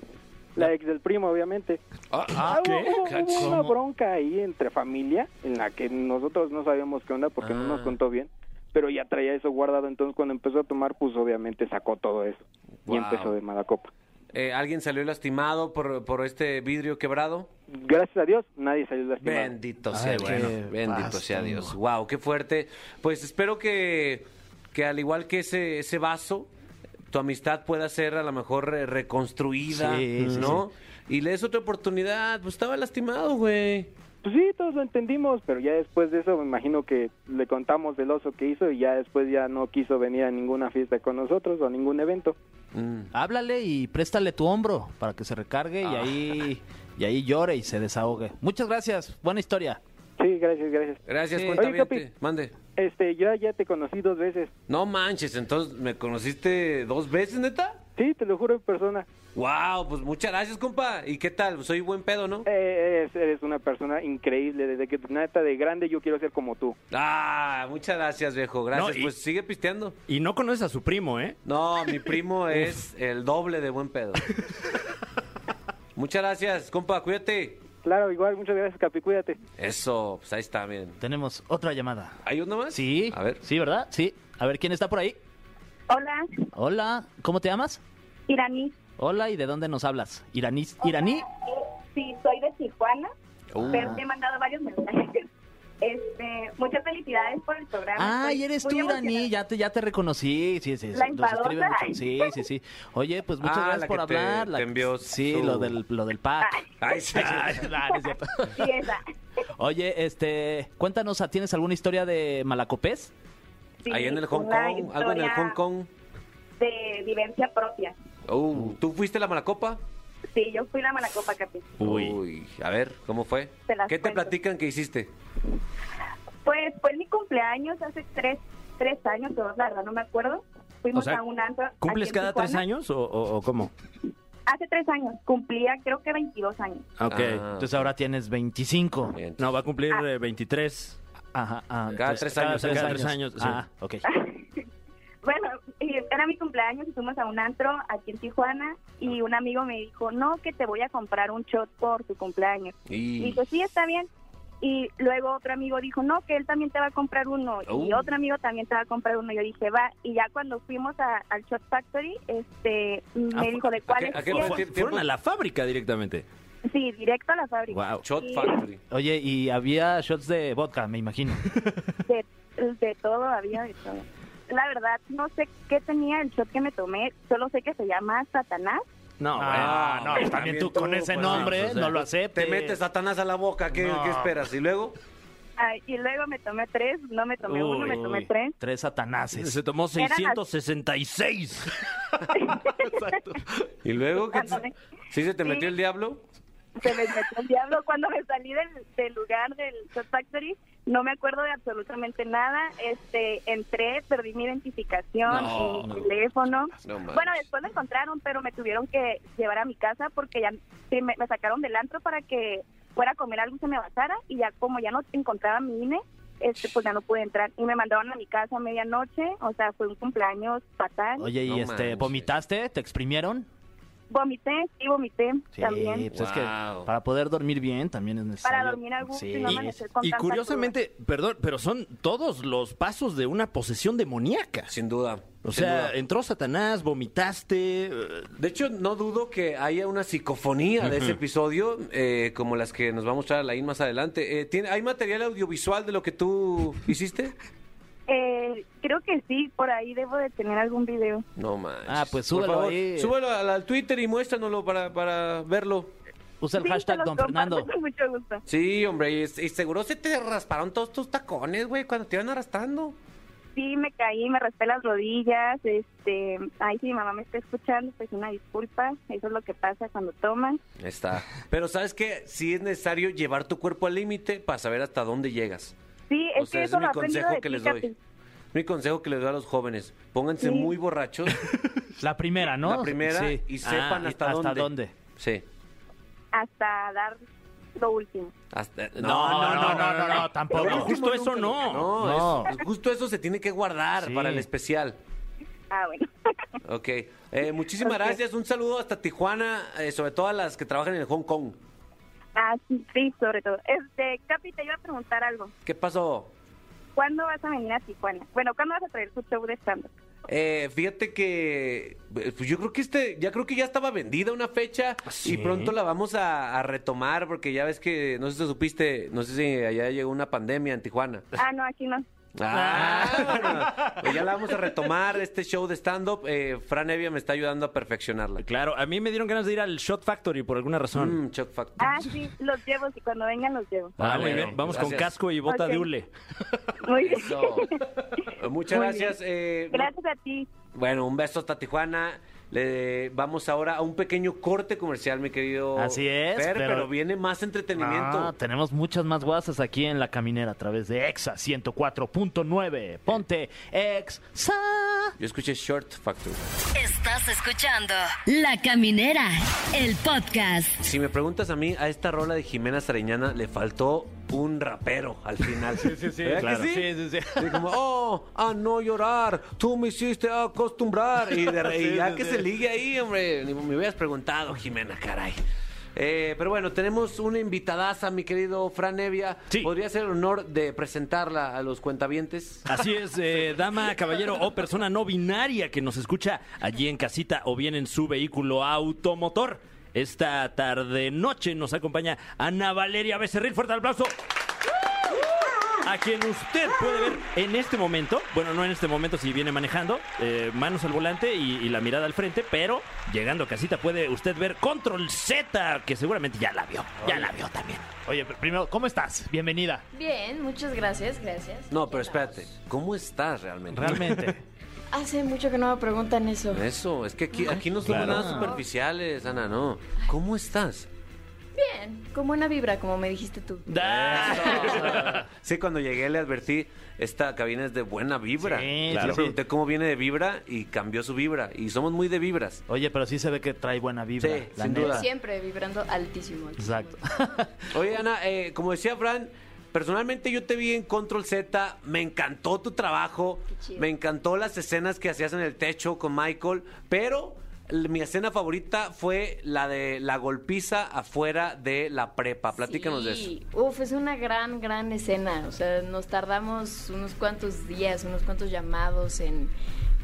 [SPEAKER 6] La ex del primo, obviamente.
[SPEAKER 2] Ah,
[SPEAKER 6] Ah, hubo- hubo- Hubo, una
[SPEAKER 3] ¿Cómo?
[SPEAKER 6] bronca ahí entre familia en la que nosotros no sabíamos qué onda porque no nos
[SPEAKER 2] Ah.
[SPEAKER 6] contó bien, pero ya traía eso guardado, entonces cuando empezó a tomar, pues obviamente sacó todo eso
[SPEAKER 2] Wow.
[SPEAKER 6] y empezó de mala copa.
[SPEAKER 2] eh, ¿alguien salió lastimado por, por este vidrio quebrado?
[SPEAKER 6] Gracias a Dios, nadie salió lastimado.
[SPEAKER 2] Bendito
[SPEAKER 3] Ay,
[SPEAKER 2] sea
[SPEAKER 3] bueno.
[SPEAKER 2] Dios, bendito
[SPEAKER 3] Basta,
[SPEAKER 2] sea Dios.
[SPEAKER 3] no.
[SPEAKER 2] Wow, qué fuerte. Pues espero que, que al igual que ese, ese vaso, tu amistad pueda ser a lo mejor eh, reconstruida,
[SPEAKER 3] Sí, sí,
[SPEAKER 2] ¿no? Y le des otra oportunidad, pues estaba lastimado, güey.
[SPEAKER 6] Pues sí, todos lo entendimos, pero ya después de eso me imagino que le contamos del oso que hizo y ya después ya no quiso venir a ninguna fiesta con nosotros o a ningún evento.
[SPEAKER 2] Mm. Ah.
[SPEAKER 3] Háblale y préstale tu hombro para que se recargue y ahí y ahí llore y se desahogue. Muchas gracias. Buena historia.
[SPEAKER 6] Sí, gracias, gracias.
[SPEAKER 2] Gracias,
[SPEAKER 6] Sí.
[SPEAKER 2] cuenta
[SPEAKER 6] Oye, Capi,
[SPEAKER 2] Mande.
[SPEAKER 6] Este, yo ya te conocí dos veces.
[SPEAKER 2] No manches, entonces, ¿me conociste dos veces, neta?
[SPEAKER 6] Sí, te lo juro en persona.
[SPEAKER 2] Wow, pues muchas gracias, compa. ¿Y qué tal? Pues, Soy buen pedo, ¿no?
[SPEAKER 6] Eh, eres, eres una persona increíble. Desde que neta de grande yo quiero ser como tú.
[SPEAKER 2] Ah, muchas gracias, viejo. Gracias.
[SPEAKER 4] No, y-
[SPEAKER 2] Pues sigue pisteando.
[SPEAKER 4] Y no conoces a su primo, ¿eh?
[SPEAKER 2] No, mi primo es el doble de buen pedo. muchas gracias, compa. Cuídate.
[SPEAKER 6] Claro, igual, muchas gracias, Capi, cuídate.
[SPEAKER 2] Eso, pues ahí está, miren.
[SPEAKER 3] Tenemos otra llamada.
[SPEAKER 2] ¿Hay una más?
[SPEAKER 3] Sí.
[SPEAKER 2] A ver.
[SPEAKER 3] Sí, ¿verdad? Sí. A ver, ¿quién está por ahí?
[SPEAKER 7] Hola,
[SPEAKER 3] Hola. ¿Cómo te llamas?
[SPEAKER 7] iraní.
[SPEAKER 3] Hola, ¿y de dónde nos hablas? ¿Iraní? ¿Iraní?
[SPEAKER 7] Sí, soy de Tijuana,
[SPEAKER 4] Oh.
[SPEAKER 2] Uh.
[SPEAKER 7] pero te he mandado varios mensajes. Este, muchas felicidades por el programa.
[SPEAKER 3] Ay,
[SPEAKER 7] Estoy
[SPEAKER 3] eres
[SPEAKER 7] muy
[SPEAKER 3] tú, Iraní.
[SPEAKER 7] emocionada.
[SPEAKER 3] Ya te, ya te reconocí. Sí, sí, sí.
[SPEAKER 7] La
[SPEAKER 3] Nos escriben
[SPEAKER 7] enfadosa.
[SPEAKER 3] mucho. Sí, sí, sí. Oye, pues muchas
[SPEAKER 2] Ah,
[SPEAKER 3] gracias
[SPEAKER 2] la
[SPEAKER 3] por
[SPEAKER 2] que te-
[SPEAKER 3] hablar.
[SPEAKER 2] te envió
[SPEAKER 3] Sí,
[SPEAKER 2] su-
[SPEAKER 3] lo del, lo del pack.
[SPEAKER 7] Ay,
[SPEAKER 2] Ay, sí.
[SPEAKER 3] Ah, no es cierto.
[SPEAKER 7] sí, esa.
[SPEAKER 3] Oye, este, cuéntanos, ¿tienes alguna historia de Malacopés?
[SPEAKER 7] Sí,
[SPEAKER 2] Ahí en el Hong
[SPEAKER 7] una
[SPEAKER 2] Kong, algo en el
[SPEAKER 7] historia
[SPEAKER 2] Hong Kong.
[SPEAKER 7] De vivencia propia.
[SPEAKER 2] Uh, ¿Tú fuiste a la Malacopa?
[SPEAKER 7] Sí, yo fui la Malacopa Capi.
[SPEAKER 4] Uy.
[SPEAKER 2] a ver, ¿cómo fue?
[SPEAKER 7] Te las
[SPEAKER 2] ¿Qué te
[SPEAKER 7] cuento.
[SPEAKER 2] platican que hiciste?
[SPEAKER 7] Pues fue mi cumpleaños hace tres, tres años, o dos, la verdad no me acuerdo. Fuimos
[SPEAKER 4] O sea,
[SPEAKER 7] a un antro. aquí
[SPEAKER 4] ¿Cumples
[SPEAKER 7] en
[SPEAKER 4] cada tres
[SPEAKER 7] Tijuana.
[SPEAKER 4] años o, o- o cómo?
[SPEAKER 7] Hace tres años, cumplía creo que 22 años.
[SPEAKER 4] Ok.
[SPEAKER 2] Ah.
[SPEAKER 3] Entonces ahora tienes 25.
[SPEAKER 2] Bien.
[SPEAKER 4] No, va a cumplir
[SPEAKER 7] Ah.
[SPEAKER 4] eh, 23.
[SPEAKER 3] Ajá, ah,
[SPEAKER 2] Cada
[SPEAKER 3] entonces,
[SPEAKER 2] tres años,
[SPEAKER 4] cada tres años, sí.
[SPEAKER 3] Ah, ok.
[SPEAKER 7] Bueno, y era mi cumpleaños y fuimos a un antro aquí en Tijuana y un amigo me dijo, no, que te voy a comprar un shot por tu cumpleaños. Y pues,
[SPEAKER 2] Y...
[SPEAKER 7] dije, sí, está bien. Y luego otro amigo dijo, no, que él también te va a comprar uno. Y
[SPEAKER 2] Oh.
[SPEAKER 7] otro amigo también te va a comprar uno. Yo dije, va. Y ya cuando fuimos a- al Shot Factory, este, me dijo, ¿de
[SPEAKER 2] Ah, ¿a
[SPEAKER 7] cuáles
[SPEAKER 2] qué- a qué
[SPEAKER 7] quieres?".
[SPEAKER 2] fue?
[SPEAKER 4] Fueron a la fábrica directamente.
[SPEAKER 7] Sí, directo a la fábrica.
[SPEAKER 4] Wow.
[SPEAKER 2] Shot
[SPEAKER 7] Y
[SPEAKER 2] Factory.
[SPEAKER 3] Oye, y había shots de vodka, me imagino.
[SPEAKER 2] Ah,
[SPEAKER 7] De, de todo había, de todo. La verdad, no sé qué tenía el shot que me tomé. Solo sé que se llama Satanás.
[SPEAKER 4] No,
[SPEAKER 3] Ah, no,
[SPEAKER 2] bueno,
[SPEAKER 3] también, tú con ese
[SPEAKER 2] pues,
[SPEAKER 3] nombre
[SPEAKER 2] sí, pues,
[SPEAKER 3] no
[SPEAKER 2] eh,
[SPEAKER 3] lo aceptes.
[SPEAKER 2] Te metes Satanás a la boca, ¿qué,
[SPEAKER 3] No.
[SPEAKER 2] qué esperas? ¿Y luego?
[SPEAKER 7] Ay, y luego me tomé tres, no me tomé uno, me
[SPEAKER 3] Uy,
[SPEAKER 7] tomé
[SPEAKER 3] uy,
[SPEAKER 7] tres.
[SPEAKER 3] Tres
[SPEAKER 4] bueno.
[SPEAKER 3] satanases.
[SPEAKER 4] Se tomó
[SPEAKER 7] Eran las-
[SPEAKER 4] 666.
[SPEAKER 2] ¿Y luego? ¿Qué te-
[SPEAKER 7] Ándale.
[SPEAKER 2] ¿Sí se te
[SPEAKER 7] Sí.
[SPEAKER 2] metió el diablo?
[SPEAKER 7] Se me metió el diablo. Cuando me salí del, del lugar del Shot Factory, no me acuerdo de absolutamente nada. Este, entré, perdí mi identificación,
[SPEAKER 2] No,
[SPEAKER 7] mi
[SPEAKER 2] no.
[SPEAKER 7] teléfono.
[SPEAKER 2] No manches.
[SPEAKER 7] bueno, después lo encontraron, pero me tuvieron que llevar a mi casa porque ya sí, me, me sacaron del antro para que fuera a comer algo y se me basara. Y ya como ya no encontraba mi INE, este, pues ya no pude entrar. Y me mandaron a mi casa a medianoche. O sea, fue un cumpleaños fatal.
[SPEAKER 3] Oye, y
[SPEAKER 2] No
[SPEAKER 3] este,
[SPEAKER 2] manches.
[SPEAKER 3] ¿vomitaste? ¿Te exprimieron?
[SPEAKER 7] Vomité, sí, vomité también.
[SPEAKER 3] pues es que
[SPEAKER 2] Wow.
[SPEAKER 3] para poder dormir bien también es necesario.
[SPEAKER 7] dormir a gusto y no
[SPEAKER 4] Y-
[SPEAKER 7] amanecer con
[SPEAKER 4] y
[SPEAKER 7] tanta
[SPEAKER 4] curiosamente, perdón, pero son todos los pasos de una posesión demoníaca.
[SPEAKER 2] Sin duda.
[SPEAKER 4] O
[SPEAKER 2] sin
[SPEAKER 4] sea,
[SPEAKER 2] duda.
[SPEAKER 4] entró Satanás, vomitaste. eh,
[SPEAKER 2] De hecho, no dudo que haya una psicofonía de ese episodio, eh, como las que nos va a mostrar Alain más adelante. Eh, ¿tiene, ¿Hay material audiovisual de lo que tú hiciste?
[SPEAKER 7] Eh, creo que sí, por ahí debo de tener algún video.
[SPEAKER 2] No manches.
[SPEAKER 3] Ah, pues
[SPEAKER 2] Por
[SPEAKER 3] súbelo
[SPEAKER 2] favor,
[SPEAKER 3] ahí.
[SPEAKER 2] Súbelo al, al Twitter y muéstranoslo para, para verlo.
[SPEAKER 3] Usa el
[SPEAKER 7] Sí, se
[SPEAKER 3] hashtag
[SPEAKER 7] los
[SPEAKER 3] Don
[SPEAKER 7] comparto
[SPEAKER 3] Fernando.
[SPEAKER 7] Con mucho gusto.
[SPEAKER 2] Sí, hombre, y, y seguro se te rasparon todos tus tacones, güey, cuando te iban arrastrando.
[SPEAKER 7] Sí, me caí, me raspé las rodillas. Este, ay, si mi mamá me está escuchando, pues una disculpa. Eso es lo que pasa cuando toman.
[SPEAKER 2] Está. Pero sabes que sí es necesario llevar tu cuerpo al límite para saber hasta dónde llegas.
[SPEAKER 7] Sí,
[SPEAKER 2] O
[SPEAKER 7] es
[SPEAKER 2] sea, ese
[SPEAKER 7] que eso
[SPEAKER 2] es
[SPEAKER 7] lo
[SPEAKER 2] mi
[SPEAKER 7] aprendí
[SPEAKER 2] consejo
[SPEAKER 7] de pues,
[SPEAKER 2] que
[SPEAKER 7] ti,
[SPEAKER 2] les doy.
[SPEAKER 7] Capi.
[SPEAKER 2] Mi consejo que les doy a los jóvenes, pónganse
[SPEAKER 7] Sí.
[SPEAKER 2] muy borrachos
[SPEAKER 3] La primera, ¿no?
[SPEAKER 2] la primera
[SPEAKER 3] Sí.
[SPEAKER 2] y sepan
[SPEAKER 3] Ah,
[SPEAKER 2] hasta, dónde.
[SPEAKER 3] dónde.
[SPEAKER 2] Sí.
[SPEAKER 7] Hasta dar lo último.
[SPEAKER 2] Hasta-
[SPEAKER 3] No, no, no, no, no, tampoco.
[SPEAKER 4] Pero justo eso no.
[SPEAKER 2] No,
[SPEAKER 3] No.
[SPEAKER 2] es- justo eso se tiene que guardar
[SPEAKER 3] Sí.
[SPEAKER 2] para el especial.
[SPEAKER 7] Ah, bueno.
[SPEAKER 2] Ok. Eh, muchísimas
[SPEAKER 7] Ok.
[SPEAKER 2] gracias. Un saludo hasta Tijuana, eh, sobre todo a las que trabajan en el Hong Kong.
[SPEAKER 7] ah, sí, sí, sobre todo. Este, Capi, te iba a preguntar algo.
[SPEAKER 2] ¿Qué pasó?
[SPEAKER 7] ¿Cuándo vas a venir a Tijuana? Bueno, ¿cuándo vas a traer tu show de stand-up?
[SPEAKER 2] Eh, fíjate que eh, pues yo creo que este, ya creo que ya estaba vendida una fecha
[SPEAKER 4] sí?
[SPEAKER 2] y pronto la vamos a, a retomar porque ya ves que no sé si supiste, no sé si allá llegó una pandemia en Tijuana.
[SPEAKER 7] Ah, no, aquí no.
[SPEAKER 2] Ah, bueno, pues ya la vamos a retomar este show de stand up. Eh, Fran Evia me está ayudando a perfeccionarla.
[SPEAKER 4] Claro, a mí me dieron ganas de ir al Shot Factory por alguna razón.
[SPEAKER 2] Mm, Shock Factor.
[SPEAKER 7] Ah, sí, los llevo. Si cuando vengan, los llevo.
[SPEAKER 4] Ah,
[SPEAKER 2] Vale,
[SPEAKER 4] muy bien. Vamos con
[SPEAKER 2] gracias.
[SPEAKER 4] casco y bota
[SPEAKER 7] Ok.
[SPEAKER 4] de hule.
[SPEAKER 7] Muy bien.
[SPEAKER 2] Eso. Muchas
[SPEAKER 7] Muy
[SPEAKER 2] gracias.
[SPEAKER 7] bien.
[SPEAKER 2] eh,
[SPEAKER 7] Gracias a ti.
[SPEAKER 2] Bueno, un beso hasta Tijuana. le vamos ahora a un pequeño corte comercial, mi querido.
[SPEAKER 3] Así es,
[SPEAKER 2] Fer, pero...
[SPEAKER 3] pero-
[SPEAKER 2] viene más entretenimiento.
[SPEAKER 3] Ah, tenemos muchas más guasas aquí en la caminera a través de Exa 104.9. Ponte Exa.
[SPEAKER 2] Yo escuché Short Factory.
[SPEAKER 5] Estás escuchando La Caminera, el podcast.
[SPEAKER 2] Si me preguntas a mí, a esta rola de Jimena Sariñana le faltó un rapero al final. sí, sí, sí.
[SPEAKER 3] claro.
[SPEAKER 2] sí?
[SPEAKER 3] Sí, sí, sí.
[SPEAKER 2] Y como, oh, a no llorar, tú me hiciste acostumbrar. Y, de, y
[SPEAKER 3] Sí,
[SPEAKER 2] ya
[SPEAKER 3] sí,
[SPEAKER 2] que
[SPEAKER 3] sí.
[SPEAKER 2] se ligue ahí, hombre, ni me hubieras preguntado, Jimena, caray. Eh, pero bueno, tenemos una invitadaza, mi querido Fran Nevia.
[SPEAKER 4] Sí.
[SPEAKER 2] ¿Podría ser el honor de presentarla a los cuentavientes?
[SPEAKER 4] Así es, eh, dama, caballero o persona no binaria que nos escucha allí en casita o bien en su vehículo automotor. Esta tarde noche nos acompaña Ana Valeria Becerril. Fuerte el aplauso. A quien usted puede ver en este momento, bueno, no en este momento si viene manejando, eh, manos al volante y, y la mirada al frente, pero llegando a casita puede usted ver Control Z, que seguramente ya la vio, ya la vio también.
[SPEAKER 3] Oye, pero primero, ¿cómo estás? Bienvenida.
[SPEAKER 8] Bien, muchas gracias, gracias.
[SPEAKER 2] No, pero espérate, ¿cómo estás realmente?
[SPEAKER 3] Realmente.
[SPEAKER 8] Hace mucho que no me preguntan eso.
[SPEAKER 2] Eso, es que aquí, aquí no somos
[SPEAKER 4] Claro.
[SPEAKER 2] nada superficiales, Ana, no. ¿Cómo estás?
[SPEAKER 8] Bien, con buena vibra, como me dijiste tú.
[SPEAKER 2] Sí, cuando llegué le advertí, esta cabina es de buena vibra.
[SPEAKER 3] Sí,
[SPEAKER 2] Claro.
[SPEAKER 3] sí,
[SPEAKER 2] le
[SPEAKER 3] sí.
[SPEAKER 2] pregunté cómo viene de vibra y cambió su vibra. Y somos muy de vibras.
[SPEAKER 3] Oye, pero sí se ve que trae buena vibra.
[SPEAKER 2] Sí,
[SPEAKER 3] la
[SPEAKER 2] sin
[SPEAKER 3] neta.
[SPEAKER 2] duda.
[SPEAKER 8] Siempre vibrando altísimo. altísimo.
[SPEAKER 3] Exacto.
[SPEAKER 2] Oye, Ana, eh, como decía Fran, personalmente yo te vi en Control Z, me encantó tu trabajo,
[SPEAKER 8] Qué chido.
[SPEAKER 2] me encantó las escenas que hacías en el techo con Michael, pero l- mi escena favorita fue la de la golpiza afuera de la prepa. Platícanos de eso.
[SPEAKER 8] Sí, Uf, es una gran, gran escena. O sea, nos tardamos unos cuantos días, unos cuantos llamados en,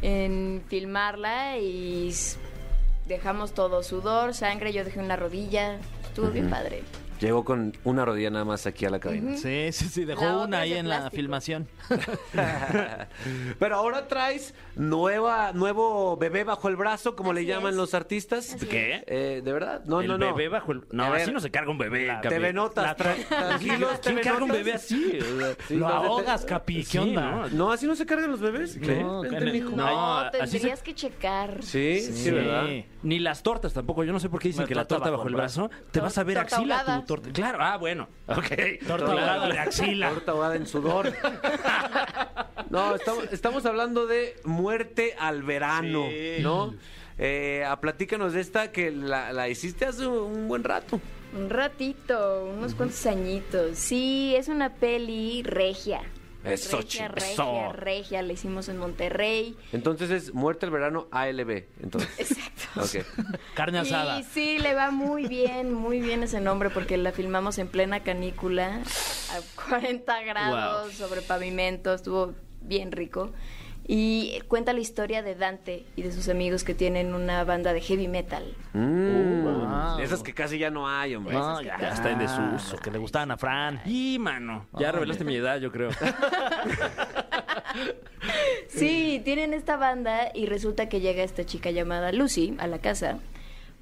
[SPEAKER 8] en filmarla y s- dejamos todo, sudor, sangre, yo dejé una rodilla. Estuvo bien padre.
[SPEAKER 2] Llegó con una rodilla nada más aquí a la cabina.
[SPEAKER 3] Sí, sí, sí. Dejó
[SPEAKER 8] La otra
[SPEAKER 3] una
[SPEAKER 8] es
[SPEAKER 3] ahí
[SPEAKER 8] de
[SPEAKER 3] en la
[SPEAKER 8] plástico.
[SPEAKER 3] filmación.
[SPEAKER 2] Pero ahora traes nueva, nuevo bebé bajo el brazo, como le
[SPEAKER 8] Así
[SPEAKER 2] llaman
[SPEAKER 8] es.
[SPEAKER 2] los artistas.
[SPEAKER 4] ¿Qué?
[SPEAKER 2] Eh, ¿De verdad? No,
[SPEAKER 4] el
[SPEAKER 2] no, no.
[SPEAKER 4] bebé bajo el... No,
[SPEAKER 2] A ver,
[SPEAKER 4] así no se carga un bebé. Capi.
[SPEAKER 2] TV Notas.
[SPEAKER 4] La tra-
[SPEAKER 2] Tranquilos,
[SPEAKER 4] ¿Quién
[SPEAKER 2] TV
[SPEAKER 4] carga un
[SPEAKER 2] Notas?
[SPEAKER 4] bebé así? O sea,
[SPEAKER 2] Sí,
[SPEAKER 3] Lo
[SPEAKER 2] los de-
[SPEAKER 3] ahogas, Capi. ¿Qué
[SPEAKER 4] sí,
[SPEAKER 3] onda?
[SPEAKER 4] ¿no?
[SPEAKER 2] No, así no se cargan los bebés. ¿Qué?
[SPEAKER 4] No,
[SPEAKER 2] Vente,
[SPEAKER 4] carnal.
[SPEAKER 2] mijo.
[SPEAKER 4] No,
[SPEAKER 8] No,
[SPEAKER 4] así se-
[SPEAKER 8] tendrías que checar.
[SPEAKER 2] Sí, sí,
[SPEAKER 3] Sí.
[SPEAKER 2] ¿verdad?
[SPEAKER 4] Ni las tortas tampoco. Yo no sé por qué dicen
[SPEAKER 3] Una
[SPEAKER 4] que la torta bajo el brazo. Te vas a ver
[SPEAKER 8] Torta
[SPEAKER 4] axila
[SPEAKER 8] ahogada.
[SPEAKER 4] tu torta. Claro, ah, bueno. Ok.
[SPEAKER 3] Torta ahogada de axila.
[SPEAKER 2] Torta ahogada en sudor. No, estamos, estamos hablando de muerte al verano,
[SPEAKER 3] Sí.
[SPEAKER 2] ¿no? Eh, a- platícanos de esta que la, la hiciste hace un buen rato.
[SPEAKER 8] Un ratito, unos cuantos añitos. Sí, es una peli regia.
[SPEAKER 2] Eso,
[SPEAKER 8] regia,
[SPEAKER 2] ching-
[SPEAKER 8] regia,
[SPEAKER 2] eso.
[SPEAKER 8] regia. La hicimos en Monterrey.
[SPEAKER 2] Entonces es muerte al verano ALB. Entonces.
[SPEAKER 8] Exacto.
[SPEAKER 2] Ok.
[SPEAKER 3] Carne asada.
[SPEAKER 8] Y sí, le va muy bien, muy bien ese nombre porque la filmamos en plena canícula, a 40 grados, sobre pavimento, estuvo bien rico. Y cuenta la historia de Dante y de sus amigos que tienen una banda de heavy metal.
[SPEAKER 3] Uh,
[SPEAKER 2] Mm,
[SPEAKER 8] Uh,
[SPEAKER 3] wow.
[SPEAKER 2] Esas que casi ya no hay, hombre.
[SPEAKER 3] No,
[SPEAKER 2] Esas
[SPEAKER 3] pues, ya,
[SPEAKER 2] que-
[SPEAKER 3] está en desuso. Que le gustaban a Fran.
[SPEAKER 4] Y mano, ya revelaste mi edad, yo creo.
[SPEAKER 8] Sí, tienen esta banda y resulta que llega esta chica llamada Lucy a la casa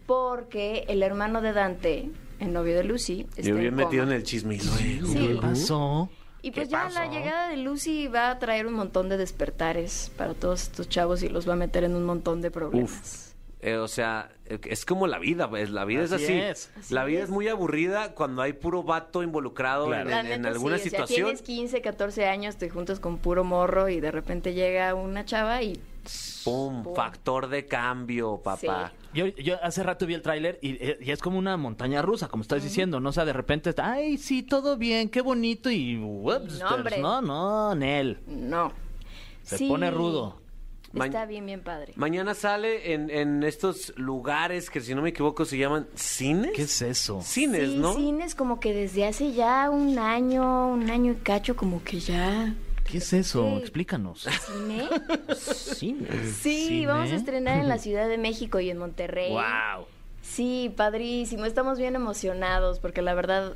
[SPEAKER 8] porque el hermano de Dante, el novio de Lucy, está
[SPEAKER 2] Yo bien
[SPEAKER 8] en coma.
[SPEAKER 2] metido en el chismito.
[SPEAKER 8] Sí.
[SPEAKER 3] pasó?
[SPEAKER 8] Y pues ya la llegada de Lucy va a traer un montón de despertares para todos estos chavos y los va a meter en un montón de problemas.
[SPEAKER 2] Eh, o sea, eh, es como la vida, pues, la vida
[SPEAKER 3] Así
[SPEAKER 2] es así.
[SPEAKER 3] es.
[SPEAKER 2] la
[SPEAKER 8] Así
[SPEAKER 2] vida es.
[SPEAKER 8] es.
[SPEAKER 2] muy aburrida cuando hay puro vato involucrado
[SPEAKER 4] Claro.
[SPEAKER 2] en,
[SPEAKER 8] La
[SPEAKER 2] en- en
[SPEAKER 8] neta,
[SPEAKER 2] alguna
[SPEAKER 8] sí, o sea,
[SPEAKER 2] situación.
[SPEAKER 8] tienes 15, 14 años, te juntas con puro morro y de repente llega una chava y
[SPEAKER 2] Pum, factor de cambio, papá.
[SPEAKER 3] Yo, yo hace rato vi el tráiler y, eh, y es como una montaña rusa, como estás diciendo, ¿no? O sea, de repente está, ay, sí, todo bien, qué bonito y... ups, este,
[SPEAKER 8] No, hombre.
[SPEAKER 3] no, no, Nel.
[SPEAKER 8] no.
[SPEAKER 3] Se
[SPEAKER 8] Sí,
[SPEAKER 3] pone rudo.
[SPEAKER 2] Ma-
[SPEAKER 8] Está bien, bien padre.
[SPEAKER 2] Mañana sale en, en estos lugares que, si no me equivoco, se llaman cines.
[SPEAKER 3] ¿Qué es eso?
[SPEAKER 2] Cines,
[SPEAKER 8] sí,
[SPEAKER 2] ¿no?
[SPEAKER 8] cines como que desde hace ya un año, un año y cacho, como que ya...
[SPEAKER 3] ¿Qué es eso?
[SPEAKER 8] Sí.
[SPEAKER 3] Explícanos.
[SPEAKER 8] ¿Cine?
[SPEAKER 3] Cine.
[SPEAKER 8] Sí,
[SPEAKER 3] Cine.
[SPEAKER 8] vamos a estrenar en la Ciudad de México y en Monterrey.
[SPEAKER 4] wow.
[SPEAKER 8] Sí, padrísimo. Estamos bien emocionados porque la verdad,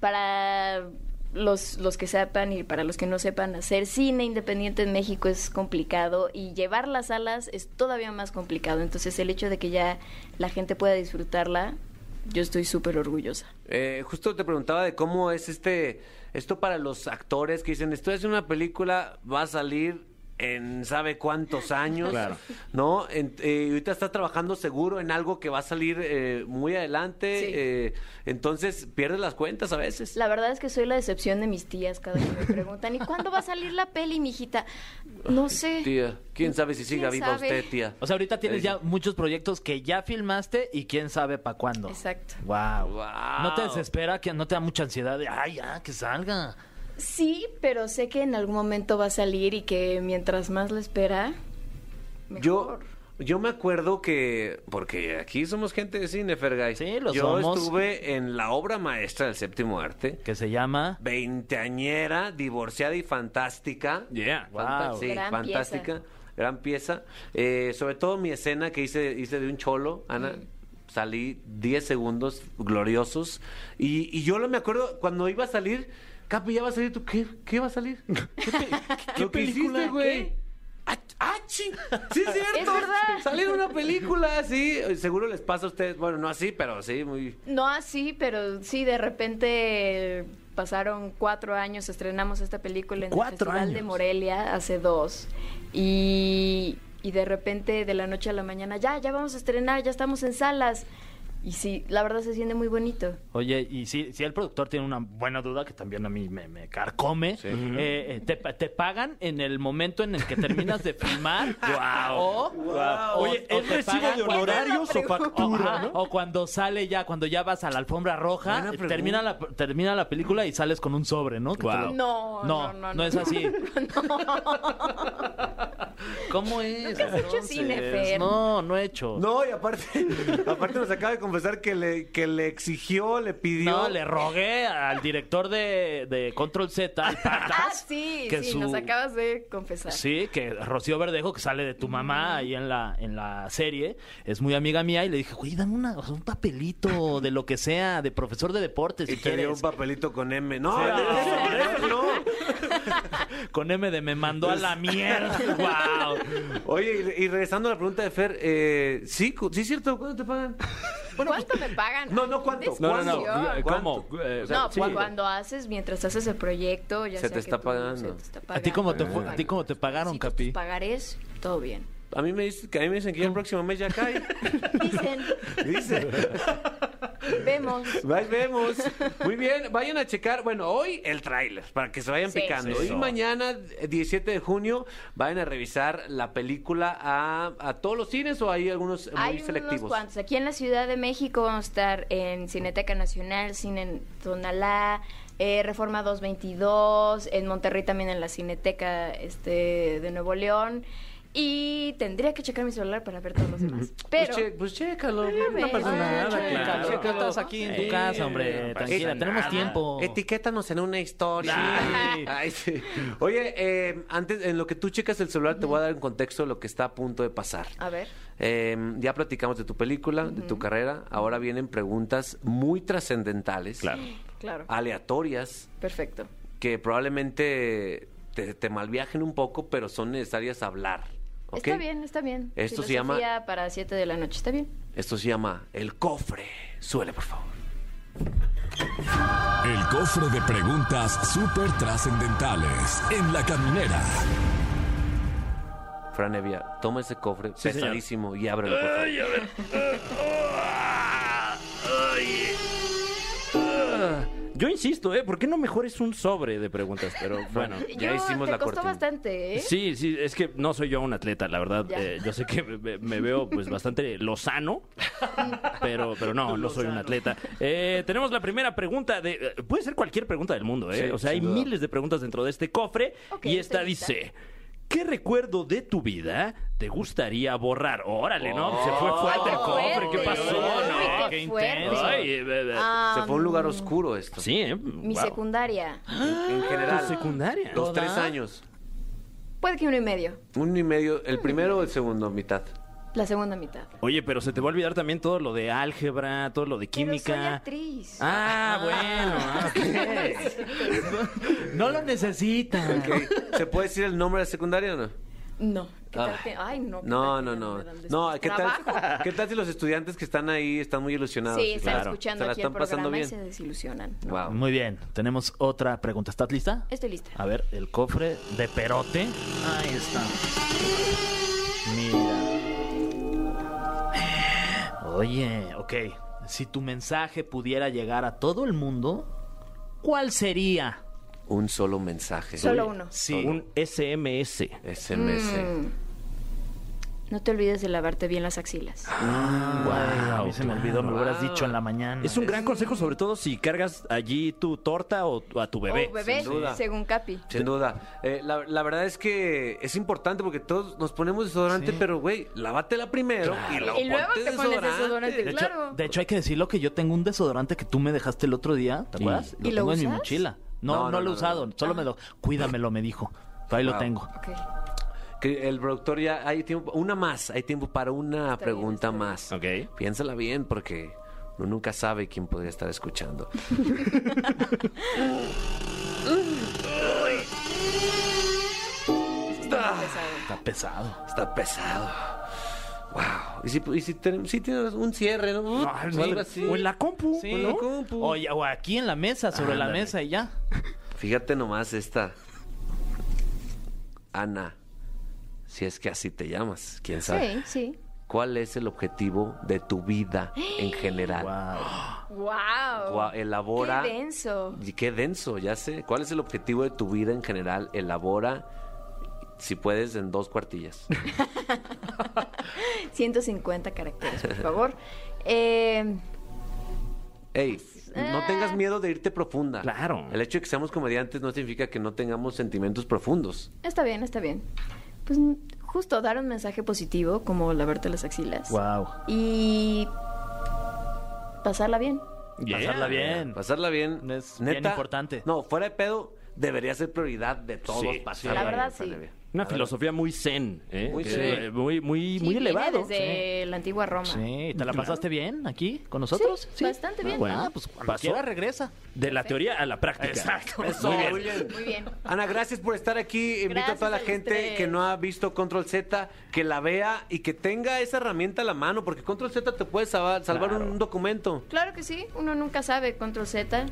[SPEAKER 8] para los, los que sepan y para los que no sepan, hacer cine independiente en México es complicado y llevar las salas es todavía más complicado. Entonces el hecho de que ya la gente pueda disfrutarla, yo estoy súper orgullosa.
[SPEAKER 2] Eh, justo te preguntaba de cómo es este esto para los actores que dicen, estoy haciendo una película, va a salir en sabe cuántos años,
[SPEAKER 4] Claro.
[SPEAKER 2] ¿no? En- eh, ahorita está trabajando seguro en algo que va a salir eh, muy adelante,
[SPEAKER 8] Sí.
[SPEAKER 2] eh, entonces pierdes las cuentas a veces.
[SPEAKER 8] La verdad es que soy la decepción de mis tías cada que me preguntan, ¿y cuándo va a salir la peli, mijita? No sé.
[SPEAKER 2] Tía, quién sabe si siga
[SPEAKER 8] ¿Quién
[SPEAKER 2] viva
[SPEAKER 8] sabe?
[SPEAKER 2] usted, tía.
[SPEAKER 3] O sea, ahorita tienes
[SPEAKER 2] Eh,
[SPEAKER 3] ya muchos proyectos que ya filmaste y quién sabe para cuándo.
[SPEAKER 8] Exacto.
[SPEAKER 3] Wow.
[SPEAKER 2] Wow.
[SPEAKER 3] No te desespera, que no te da mucha ansiedad de, ay, ya, que salga.
[SPEAKER 8] Sí, pero sé que en algún momento va a salir y que mientras más la espera,
[SPEAKER 2] Yo,
[SPEAKER 8] mejor.
[SPEAKER 2] yo me acuerdo que, porque aquí somos gente de cine, Fergay.
[SPEAKER 3] Sí, lo
[SPEAKER 2] yo
[SPEAKER 3] somos.
[SPEAKER 2] estuve en la obra maestra del séptimo arte,
[SPEAKER 3] Que se llama...
[SPEAKER 2] veinteañera, divorciada y fantástica.
[SPEAKER 4] Yeah.
[SPEAKER 3] Wow.
[SPEAKER 2] Fanta- sí,
[SPEAKER 8] Gran
[SPEAKER 2] fantástica, gran pieza. Eh, sobre todo mi escena que hice, hice de un cholo, Ana. Salí 10 segundos gloriosos. Y, y yo lo me acuerdo, cuando iba a salir, Capi, ya va a salir tú. ¿Qué, qué va a salir? ¿Qué, pe-
[SPEAKER 4] qué
[SPEAKER 2] lo que
[SPEAKER 4] película?
[SPEAKER 2] hiciste, güey?
[SPEAKER 4] ¿Qué?
[SPEAKER 2] ¡Ah, ah, ching! ¡Sí, es cierto!
[SPEAKER 8] verdad.
[SPEAKER 2] Salió una película así. Seguro les pasa a ustedes. Bueno, no así, pero sí, muy.
[SPEAKER 8] No así, pero sí, de repente pasaron cuatro años, estrenamos esta película en el
[SPEAKER 4] Cuatro
[SPEAKER 8] Festival de
[SPEAKER 4] años.
[SPEAKER 8] Morelia hace dos. Y, y de repente, de la noche a la mañana, ya, ya vamos a estrenar, ya estamos en salas. Y sí, la verdad se siente muy bonito.
[SPEAKER 3] Oye, y si, si el productor tiene una buena duda, que también a mí me, me carcome, eh, eh, te, pa- te pagan en el momento en el que terminas de filmar? O, o-
[SPEAKER 4] Oye,
[SPEAKER 3] o
[SPEAKER 4] ¿es
[SPEAKER 3] te
[SPEAKER 4] recibo
[SPEAKER 3] pagan
[SPEAKER 4] de
[SPEAKER 3] cuando-
[SPEAKER 4] honorarios o
[SPEAKER 3] o-
[SPEAKER 4] factura,
[SPEAKER 3] ajá,
[SPEAKER 4] no?
[SPEAKER 3] o cuando sale ya, cuando ya vas a la alfombra roja,
[SPEAKER 2] Buena pregunta.
[SPEAKER 3] termina la, termina la película y sales con un sobre, ¿no? Que te
[SPEAKER 4] Guau.
[SPEAKER 3] lo-
[SPEAKER 8] No,
[SPEAKER 3] no,
[SPEAKER 8] no,
[SPEAKER 3] no,
[SPEAKER 8] no,
[SPEAKER 3] es
[SPEAKER 8] no.
[SPEAKER 3] así. ¿Cómo es?
[SPEAKER 8] Nunca has hecho
[SPEAKER 3] entonces?
[SPEAKER 8] cine, Fer.
[SPEAKER 3] No, no he hecho.
[SPEAKER 2] No, y aparte, aparte nos acaba de confesar que le, que le exigió, le pidió.
[SPEAKER 3] No, le rogué al director de, de Control Z, al Patas,
[SPEAKER 8] Ah, sí,
[SPEAKER 3] que
[SPEAKER 8] sí,
[SPEAKER 3] su-
[SPEAKER 8] nos acabas de confesar.
[SPEAKER 3] Sí, que Rocío Verdejo, que sale de tu mamá ahí en la, en la serie, es muy amiga mía y le dije, güey, dame una, o sea, un papelito de lo que sea, de profesor de deportes, si
[SPEAKER 2] Y te dio un
[SPEAKER 3] quieres.
[SPEAKER 2] papelito con M. No,
[SPEAKER 3] Sí.
[SPEAKER 2] de eso, de eso no.
[SPEAKER 3] Con M de me mandó a la mierda. wow.
[SPEAKER 2] Oye, y, y regresando a la pregunta de Fer, eh, sí, cu- sí es cierto, ¿cuándo te pagan?
[SPEAKER 8] ¿Cuánto me pagan?
[SPEAKER 2] No, no, ¿cuánto?
[SPEAKER 4] No, no, no.
[SPEAKER 8] Discusión.
[SPEAKER 4] Eh, ¿Cómo? Eh, o sea,
[SPEAKER 8] no,
[SPEAKER 4] sí.
[SPEAKER 8] pues cuando haces, mientras haces el proyecto, ya
[SPEAKER 2] Se
[SPEAKER 8] sea
[SPEAKER 2] te
[SPEAKER 8] que
[SPEAKER 2] está
[SPEAKER 8] tú-
[SPEAKER 2] pagando.
[SPEAKER 8] se te está
[SPEAKER 3] ¿A ti cómo te,
[SPEAKER 8] pagando,
[SPEAKER 3] fue- a ti cómo te pagaron,
[SPEAKER 8] Sí, tus-
[SPEAKER 3] Capi?
[SPEAKER 8] tus pagarés, todo bien.
[SPEAKER 2] A mí me dicen que, a mí me dicen que ya el próximo mes ya cae.
[SPEAKER 8] Dicen,
[SPEAKER 2] Dice.
[SPEAKER 8] vemos.
[SPEAKER 2] Ahí vemos. Muy bien, vayan a checar. Bueno, hoy el tráiler, para que se vayan
[SPEAKER 8] Sí.
[SPEAKER 2] picando. Y mañana, 17 de junio, vayan a revisar la película a, a todos los cines o hay algunos muy
[SPEAKER 8] Hay unos
[SPEAKER 2] selectivos.
[SPEAKER 8] cuantos. Aquí en la Ciudad de México vamos a estar en Cineteca Nacional, Cine Tonalá, eh, Reforma 222, en Monterrey también en la Cineteca este, de Nuevo León. Y tendría que checar mi celular para ver todos los demás. Pero...
[SPEAKER 2] Pues, che- pues chécalo.
[SPEAKER 8] Una
[SPEAKER 2] no pasa
[SPEAKER 8] vez.
[SPEAKER 2] nada,
[SPEAKER 8] Ah,
[SPEAKER 2] claro.
[SPEAKER 3] Claro,
[SPEAKER 8] chécalo.
[SPEAKER 3] ¿qué estás aquí en tu
[SPEAKER 4] Eh,
[SPEAKER 3] casa, hombre?
[SPEAKER 4] no pasa
[SPEAKER 3] Tranquila,
[SPEAKER 4] nada.
[SPEAKER 3] tenemos tiempo.
[SPEAKER 2] Etiquétanos en una historia.
[SPEAKER 3] Sí.
[SPEAKER 2] Ay, sí. Oye, eh, antes, en lo que tú checas el celular, te voy a dar en contexto lo que está a punto de pasar.
[SPEAKER 8] A ver.
[SPEAKER 2] Eh, ya platicamos de tu película, de tu carrera. Ahora vienen preguntas muy trascendentales,
[SPEAKER 4] Claro.
[SPEAKER 8] Claro.
[SPEAKER 2] Ah. aleatorias,
[SPEAKER 8] Perfecto.
[SPEAKER 2] que probablemente te, te malviajen un poco, pero son necesarias hablar. ¿ok?
[SPEAKER 8] Está bien, está bien.
[SPEAKER 2] Esto se llama-
[SPEAKER 8] Filosofía para 7 de la noche, está bien.
[SPEAKER 2] Esto se llama El Cofre. Suele, por favor.
[SPEAKER 1] El cofre de preguntas súper trascendentales en la caminera.
[SPEAKER 2] Fran Evia, toma ese cofre
[SPEAKER 4] señor.
[SPEAKER 2] pesadísimo y ábrelo, por favor.
[SPEAKER 4] Yo insisto, ¿eh? ¿Por qué no mejor es un sobre de preguntas? Pero bueno.
[SPEAKER 2] Ya
[SPEAKER 8] Yo-
[SPEAKER 2] hicimos
[SPEAKER 8] te
[SPEAKER 2] la cortina.
[SPEAKER 8] costó bastante, ¿eh?
[SPEAKER 4] Sí, sí, es que no soy yo un atleta, la verdad.
[SPEAKER 8] Ya.
[SPEAKER 4] Eh, yo sé que me- me, me veo pues bastante lozano, pero, pero no, no soy un atleta. Eh, tenemos la primera pregunta de... eh, Puede ser cualquier pregunta del mundo, ¿eh?
[SPEAKER 2] Sí,
[SPEAKER 4] o sea, hay
[SPEAKER 2] sin duda.
[SPEAKER 4] miles de preguntas dentro de este cofre.
[SPEAKER 8] Ok,
[SPEAKER 4] y esta
[SPEAKER 8] estoy lista.
[SPEAKER 4] dice... ¿Qué recuerdo de tu vida te gustaría borrar? Órale, ¿no? Se fue fuerte el
[SPEAKER 8] Oh. Ay,
[SPEAKER 4] cofre, ¿qué
[SPEAKER 8] fuerte.
[SPEAKER 4] pasó?
[SPEAKER 8] Uy,
[SPEAKER 4] ¿no?
[SPEAKER 8] qué fuerte.
[SPEAKER 4] Ay, eh, eh,
[SPEAKER 2] Se
[SPEAKER 4] eh.
[SPEAKER 8] Ah,
[SPEAKER 2] fue a un lugar oscuro esto.
[SPEAKER 4] sí, ¿eh?
[SPEAKER 8] Mi
[SPEAKER 4] Wow.
[SPEAKER 8] secundaria.
[SPEAKER 2] En general.
[SPEAKER 4] Tu secundaria.
[SPEAKER 2] Los tres
[SPEAKER 3] ¿Toda?
[SPEAKER 2] años.
[SPEAKER 8] Puede que uno y medio.
[SPEAKER 2] Uno y medio. ¿El primero o el segundo? Mitad.
[SPEAKER 8] La segunda mitad.
[SPEAKER 4] Oye, pero se te va a olvidar también todo lo de álgebra, todo lo de química.
[SPEAKER 8] Pero soy actriz.
[SPEAKER 4] Ah, bueno. ah, ok.
[SPEAKER 3] pues. No lo necesitan.
[SPEAKER 2] Ok. ¿Se puede decir el nombre de la secundaria o no?
[SPEAKER 8] No. ¿Qué tal
[SPEAKER 2] Ah.
[SPEAKER 8] que- Ay, no. ¿qué
[SPEAKER 2] No,
[SPEAKER 8] tal
[SPEAKER 2] no,
[SPEAKER 8] que
[SPEAKER 2] no.
[SPEAKER 8] me dan
[SPEAKER 2] No,
[SPEAKER 8] después
[SPEAKER 2] ¿qué tal,
[SPEAKER 8] trabajo?
[SPEAKER 2] ¿qué tal si los estudiantes que están ahí están muy ilusionados?
[SPEAKER 8] Sí, están
[SPEAKER 2] Claro.
[SPEAKER 8] escuchando
[SPEAKER 2] Se la
[SPEAKER 8] aquí
[SPEAKER 2] están
[SPEAKER 8] el
[SPEAKER 2] pasando
[SPEAKER 8] programa
[SPEAKER 2] bien.
[SPEAKER 8] y se desilusionan.
[SPEAKER 2] Wow.
[SPEAKER 3] Muy bien, tenemos otra pregunta. ¿Estás lista?
[SPEAKER 8] Estoy lista.
[SPEAKER 2] Ah,
[SPEAKER 3] A ver, el cofre de perote. Ahí está. Mira. Oye, ok. Si tu mensaje pudiera llegar a todo el mundo, ¿cuál sería?
[SPEAKER 2] Un solo mensaje.
[SPEAKER 8] Solo uno. Mm.
[SPEAKER 3] Sí.
[SPEAKER 4] Un SMS.
[SPEAKER 2] SMS.
[SPEAKER 8] No te olvides de lavarte bien las axilas.
[SPEAKER 3] a mí se me olvidó, me hubieras dicho en la mañana.
[SPEAKER 4] Es un gran consejo, sobre todo si cargas allí tu torta o tu- a tu bebé.
[SPEAKER 8] Oh, bebé,
[SPEAKER 2] sin duda.
[SPEAKER 8] según Capi.
[SPEAKER 2] Sin duda. Eh, la, la verdad es que es importante porque todos nos ponemos desodorante, pero güey, lávatela primero y luego,
[SPEAKER 8] Y luego
[SPEAKER 2] ponte
[SPEAKER 8] te pones desodorante.
[SPEAKER 3] De hecho,
[SPEAKER 8] Claro.
[SPEAKER 3] de hecho, hay que decirlo que yo tengo un desodorante que tú me dejaste el otro día, ¿te
[SPEAKER 4] Sí.
[SPEAKER 3] acuerdas?
[SPEAKER 8] ¿Y lo
[SPEAKER 3] tengo en mi
[SPEAKER 8] usas?
[SPEAKER 3] mochila. No,
[SPEAKER 2] No,
[SPEAKER 3] no, Ah.
[SPEAKER 2] no,
[SPEAKER 3] lo
[SPEAKER 2] no,
[SPEAKER 3] he
[SPEAKER 2] no.
[SPEAKER 3] usado, solo me lo... Cuídamelo, me dijo. Ahí lo
[SPEAKER 2] Wow.
[SPEAKER 3] tengo.
[SPEAKER 8] Ok.
[SPEAKER 2] Que el productor ya hay tiempo, una más, hay tiempo para una
[SPEAKER 8] Está bien,
[SPEAKER 2] pregunta
[SPEAKER 8] está bien.
[SPEAKER 2] más.
[SPEAKER 4] Ok.
[SPEAKER 2] Piénsala bien porque uno nunca sabe quién podría estar escuchando. Ah.
[SPEAKER 8] Está muy pesado.
[SPEAKER 3] Está pesado.
[SPEAKER 2] Está pesado. Wow. Y si, y si, ten- si tienes un cierre, ¿no? O
[SPEAKER 4] Ah, sí.
[SPEAKER 2] algo así.
[SPEAKER 4] O en la compu.
[SPEAKER 3] pues Sí.
[SPEAKER 2] O en la compu.
[SPEAKER 3] O, o aquí en la mesa, sobre la
[SPEAKER 4] Ándale.
[SPEAKER 3] mesa y ya.
[SPEAKER 2] Fíjate nomás esta. Ana, si es que así te llamas, quién sabe.
[SPEAKER 8] Sí, sí.
[SPEAKER 2] ¿Cuál es el objetivo de tu vida en general?
[SPEAKER 8] Wow.
[SPEAKER 2] Gua- elabora.
[SPEAKER 8] Qué denso.
[SPEAKER 2] Y qué denso, ya sé. ¿Cuál es el objetivo de tu vida en general? Elabora, si puedes, en dos cuartillas.
[SPEAKER 8] 150 caracteres, por favor. Eh,
[SPEAKER 2] Ey, no
[SPEAKER 8] Ah.
[SPEAKER 2] tengas miedo de irte profunda.
[SPEAKER 4] Claro.
[SPEAKER 2] El hecho de que seamos comediantes no significa que no tengamos sentimientos profundos.
[SPEAKER 8] está bien, está bien. Pues mm, justo dar un mensaje positivo, como lavarte las axilas.
[SPEAKER 3] Wow.
[SPEAKER 8] Y pasarla bien.
[SPEAKER 3] Pasarla bien.
[SPEAKER 2] Pasarla bien.
[SPEAKER 3] Es bien importante.
[SPEAKER 2] No, fuera de pedo, debería ser prioridad de todos.
[SPEAKER 4] Sí,
[SPEAKER 2] pasarla
[SPEAKER 8] sí. La verdad,
[SPEAKER 2] bien, pasarla
[SPEAKER 8] sí.
[SPEAKER 2] bien.
[SPEAKER 4] Una filosofía muy zen. ¿eh?
[SPEAKER 2] Muy
[SPEAKER 4] Que-
[SPEAKER 2] zen.
[SPEAKER 4] eh, Muy, muy,
[SPEAKER 8] Sí,
[SPEAKER 4] muy
[SPEAKER 8] viene
[SPEAKER 4] elevado.
[SPEAKER 8] Desde la antigua Roma.
[SPEAKER 3] Sí, ¿te la pasaste bien aquí con nosotros?
[SPEAKER 8] Sí, bastante bien.
[SPEAKER 3] Bueno, pues cuando
[SPEAKER 4] Pasó.
[SPEAKER 3] quiera regresa.
[SPEAKER 4] De la teoría a la práctica.
[SPEAKER 2] Eso,
[SPEAKER 4] Muy bien.
[SPEAKER 2] muy bien.
[SPEAKER 8] Muy bien.
[SPEAKER 2] Ana, gracias por estar aquí. Invito a
[SPEAKER 8] Gracias
[SPEAKER 2] toda la
[SPEAKER 8] a los
[SPEAKER 2] gente
[SPEAKER 8] tres.
[SPEAKER 2] que no ha visto Control Z que la vea y que tenga esa herramienta a la mano, porque Control Z te puede salva- salvar, un documento.
[SPEAKER 8] Claro que sí, uno nunca sabe. Control Z.